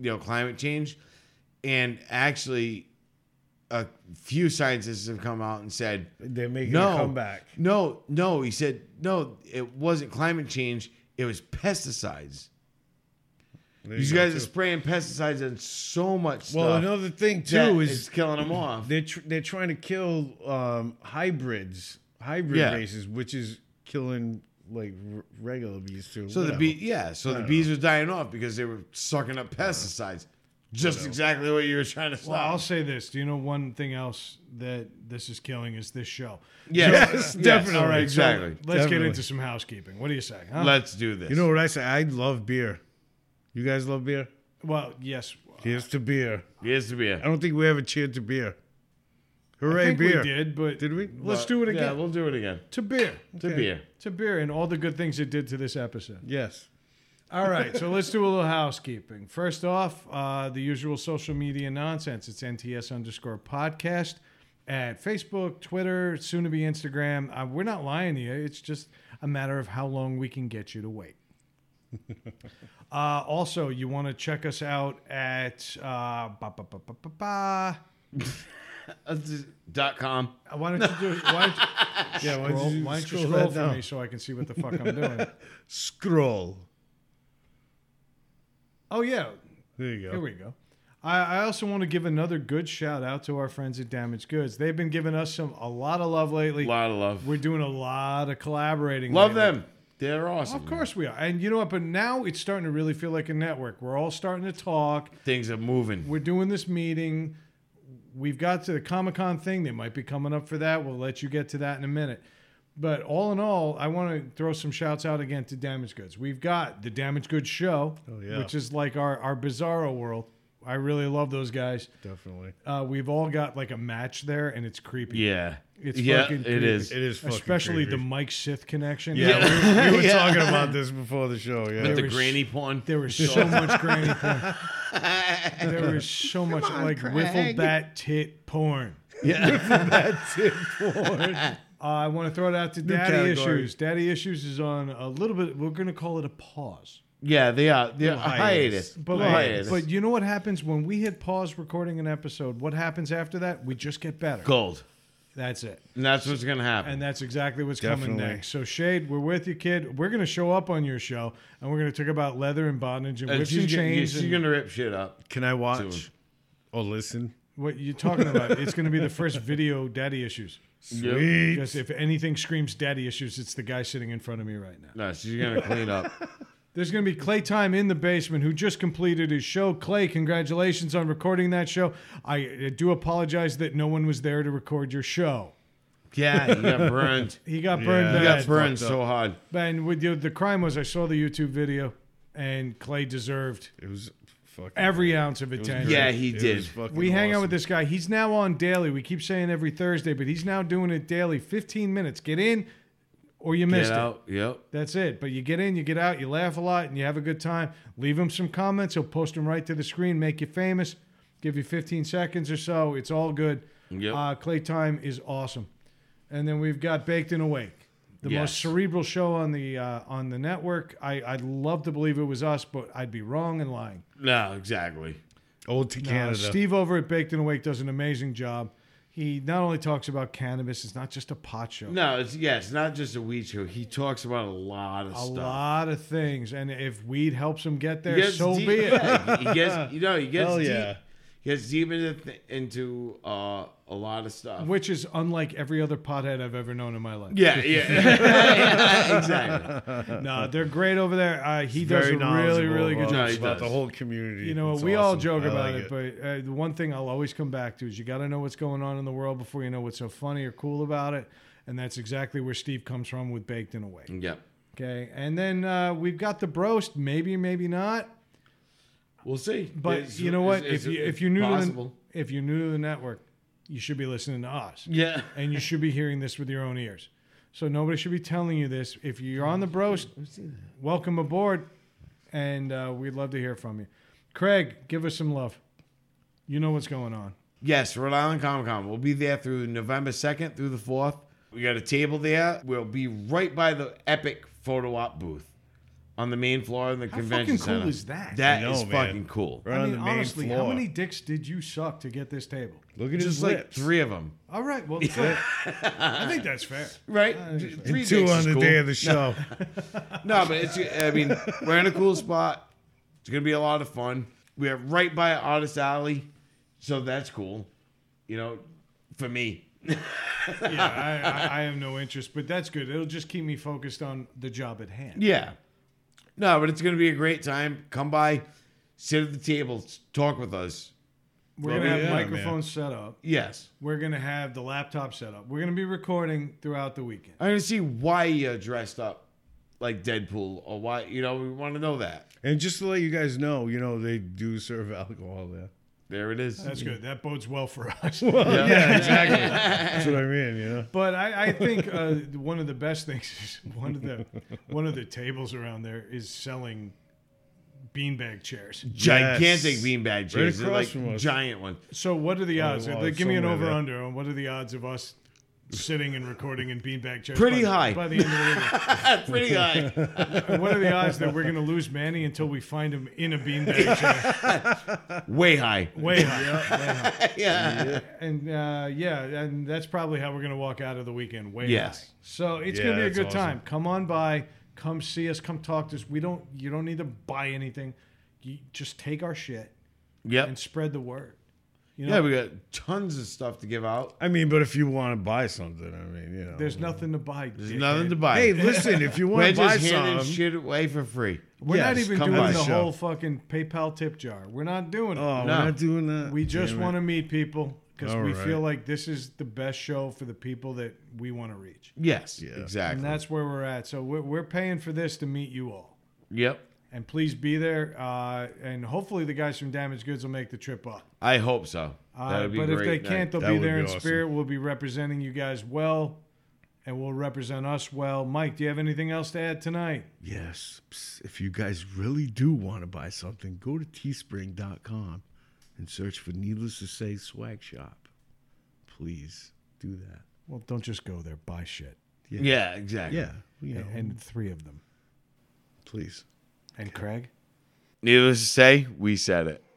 you know, climate change, and actually, a few scientists have come out and said
They're making
no
a comeback.
No, no, he said no. It wasn't climate change. It It was pesticides.
There
These
you go,
guys are
too.
spraying pesticides and so much stuff.
Well, another thing
that
too
it's
is
killing them off.
they're tr- they're trying to kill um, hybrids, hybrid
Yeah.
races, which is killing like r- regular bees too.
So the
whatever.
bee, yeah, so the bees were dying off because they were sucking up pesticides. Just exactly what you were trying to
Well, I'll
stop.
say this. Do you know one thing else that this is killing is this show?
yes, definitely,
All right, so
exactly.
let's get
Definitely.
into some housekeeping. What do you say? Huh?
Let's do this.
You know what I say? I love beer. You guys love beer?
well, yes.
Here's to beer.
here's the
I
beer.
don't think we ever cheered to beer. Hooray,
I think
beer!
we did, but
Did we?
let's do it
Yeah,
again.
we'll do it again.
to beer.
To beer.
To beer and all the good things it did to this episode.
Yes.
All right, so let's do a little housekeeping. First off, uh, the usual social media nonsense. It's NTS underscore podcast at Facebook, Twitter, soon to be Instagram. Uh, we're not lying to you. It's just a matter of how long we can get you to wait. uh, also, you want to check us out at. Uh, ba, ba, ba, ba, ba, ba.
Uh, d- Dot com.
Uh, Why don't you do Why don't you, yeah, why
don't you
why don't you
scroll
scroll
that
for
down?
me so I can see what the fuck I'm doing?
Scroll.
Oh, yeah.
There you go.
Here we go. I, I also want to give another good shout out to our friends at Damaged Goods. They've been giving us some a lot of love lately.
A lot of love.
We're doing a lot of collaborating.
love
lately.
them. They're awesome.
Of course we are. And you know what? But now it's starting to really feel like a network. We're all starting to talk.
Things are moving.
We're doing this meeting. We've got to the Comic Con thing. They might be coming up for that. We'll let you get to that in a minute. But all in all, I want to throw some shouts out again to Damaged Goods. We've got the Damaged Goods show,
Oh, yeah.
which is like our, our bizarro world. I really love those guys.
Definitely.
Uh, we've all got like a match there, and it's creepy.
Yeah.
It's
yeah,
fucking
it
creepy.
is.
It is fucking
Especially the
creepy.
Mike Sith connection.
Yeah, we, we were
Yeah.
talking about this before the show. Yeah.
With the
was-
granny porn.
There was so much granny porn. There was so much like wiffle bat tit porn.
Yeah.
Uh, I want to throw it out to Daddy
category.
Issues. Daddy Issues is on a little bit. We're going to call it a pause.
yeah, they are. They're a
hiatus.
hiatus.
But,
Little hiatus.
but you know what happens when we hit pause recording an episode? What happens after that? We just get better.
gold.
That's it.
And that's what's going to happen.
And that's exactly what's coming
Definitely.
next. So Shade, we're with you, kid. We're going to show up on your show, and we're going to talk about leather and bondage and
And
whips
Uh, she's
and
gonna-
chains.
she's
and
going to rip shit up.
Can I watch
Soon.
or listen?
What you're talking about? it's going to be the first video Daddy Issues.
Yep.
Sweet.
Because if anything screams Daddy Issues, it's the guy sitting in front of me right now.
No, she's going to clean up.
There's going to be Clay Time in the basement, who just completed his show. Clay, congratulations on recording that show. I uh, do apologize that no one was there to record your show.
Yeah, you got burned.
He got burned
You
Yeah,
bad.
got
it's
burned
fucked up.
so hard.
And with you, the crime was I saw the YouTube video, and Clay deserved
It was fucking.
every ounce of attention.
Yeah, he
it
did.
was fucking
We hang out with
awesome.
this guy. He's now on daily. We keep saying every Thursday, but he's now doing it daily. 15 minutes. Get in or you missed
Get
it.
out. Yep.
That's it. But you get in, you get out, you laugh a lot, and you have a good time. Leave him some comments. He'll post them right to the screen, make you famous, give you 15 seconds or so. It's all good.
Yep.
Uh, Clay Time is awesome. And then we've got Baked and Awake, the most
Yes.
cerebral show on the uh, on the network. I, I'd love to believe it was us, but I'd be wrong and lying.
No, exactly.
Old to
Uh,
Canada.
Steve over at Baked and Awake does an amazing job. He not only talks about cannabis, it's not just a pot show.
No, it's yeah, it's not just a weed show. He talks about a lot of
a
stuff.
lot of things. And if weed helps him get
He
there,
gets
so
deep-
be it.
yeah, he gets you know he gets
Hell
deep.
yeah.
He gets deep into th- into uh, a lot of stuff.
Which is unlike every other pothead I've ever known in my life.
yeah, yeah, yeah, exactly.
No, they're great over there. Uh, he does
Very
a really,
knowledgeable
really good
about-
No,
job.
he
about the
does.
whole community.
You know,
It's
we all
awesome.
joke
I
about
like
it, but uh, the one thing I'll always come back to is you got to know what's going on in the world before you know what's so funny or cool about it. And that's exactly where Steve comes from with Baked and Awake.
Yep.
Okay. And then uh, we've got the broast, maybe, maybe not.
We'll see.
But
It's-
you know what?
it's-
if, you,
it's
if you're new
possible.
to the if you're new to the network, you should be listening to us.
yeah,
and you should be hearing this with your own ears. So nobody should be telling you this. If you're on the broast, welcome aboard, and uh, we'd love to hear from you. Craig, give us some love. You know what's going on.
Yes, Rhode Island Comic Con. We'll be there through November 2nd through the 4th. We got a table there. We'll be right by the Epic Photo Op booth. on the main floor in the
How
convention
fucking cool
center.
is that?
That
I know,
is
man.
fucking cool.
Right
I
on
mean,
the main
honestly,
floor.
how many dicks did you suck to get this table?
Look at
Just
his
like
lips.
three of them,
All right, well, so- I think that's fair.
right? three
Two
dicks
on
is
the
cool.
day of the show.
No, but it's. I mean, we're in a cool spot. It's gonna be a lot of fun. We are right by Artist Alley, so that's cool. You know, for me.
Yeah, I, I, I have no interest, but that's good. It'll just keep me focused on the job at hand.
Yeah. No, but it's gonna be a great time. Come by, sit at the table, talk with us.
We're gonna have
yeah, man.
microphones set up.
Yes.
We're gonna have the laptop set up. We're gonna be recording throughout the weekend.
I'm gonna see why you're dressed up like Deadpool or why you know we want to know that.
and just to let you guys know, you know, they do serve alcohol there.
There it is.
That's good. That bodes well for us.
Yeah.
That's what I mean, you know.
But I, I think uh, one of the best things is one of the one of the tables around there is selling beanbag chairs.
Gigantic
Yes.
beanbag
Right
chairs, They're
across
like
from us.
giant ones.
So what are the odds?
wow,
Like, give me an
somewhere
over
there.
under on what are the odds of us sitting and recording in beanbag chairs?
Pretty
by the-
high.
by the end of the weekend.
Pretty high.
And what are the odds that we're going to lose Manny until we find him in a beanbag chair?
Way high.
Way high.
Yeah.
And uh, yeah, and that's probably how we're going to walk out of the weekend. Way
Yes.
high. So it's
Yeah,
going to be a
that's
good
awesome.
time. Come on by. Come see us. Come talk to us. We don't. You don't need to buy anything. You just take our shit
Yep.
and spread the word. You know,
Yeah, we got tons of stuff to give out.
I mean, but if you want to buy something, I mean, you know.
there's nothing to buy.
There's nothing to buy.
hey, listen, if you want
We're
to buy
just handing
something,
shit away for free.
We're not
Yes,
even
come
doing
by
the
the
show.
whole fucking PayPal tip jar. We're not doing it.
oh, we're
No.
not doing that.
We just
Damn it.
want to meet people because
All
we
right.
feel like this is the best show for the people that we want to reach.
Yes.
Yeah.
And
Exactly.
that's where we're at. So we're, we're paying for this to meet you all.
yep.
And please be there. Uh, and hopefully the guys from Damaged Goods will make the trip up.
I hope so.
Uh,
That'd be
but if
great.
they can't, they'll
That
be
would
there
be
in
awesome.
spirit. We'll be representing you guys well, and we'll represent us well. Mike, do you have anything else to add tonight?
Yes. Psst, If you guys really do want to buy something, go to teespring.com and search for Needless to Say Swag Shop. Please do that.
Well, don't just go there. Buy shit.
yeah. Exactly.
Yeah. You know,
And three of them.
please.
And Craig?
Needless to say, we said it.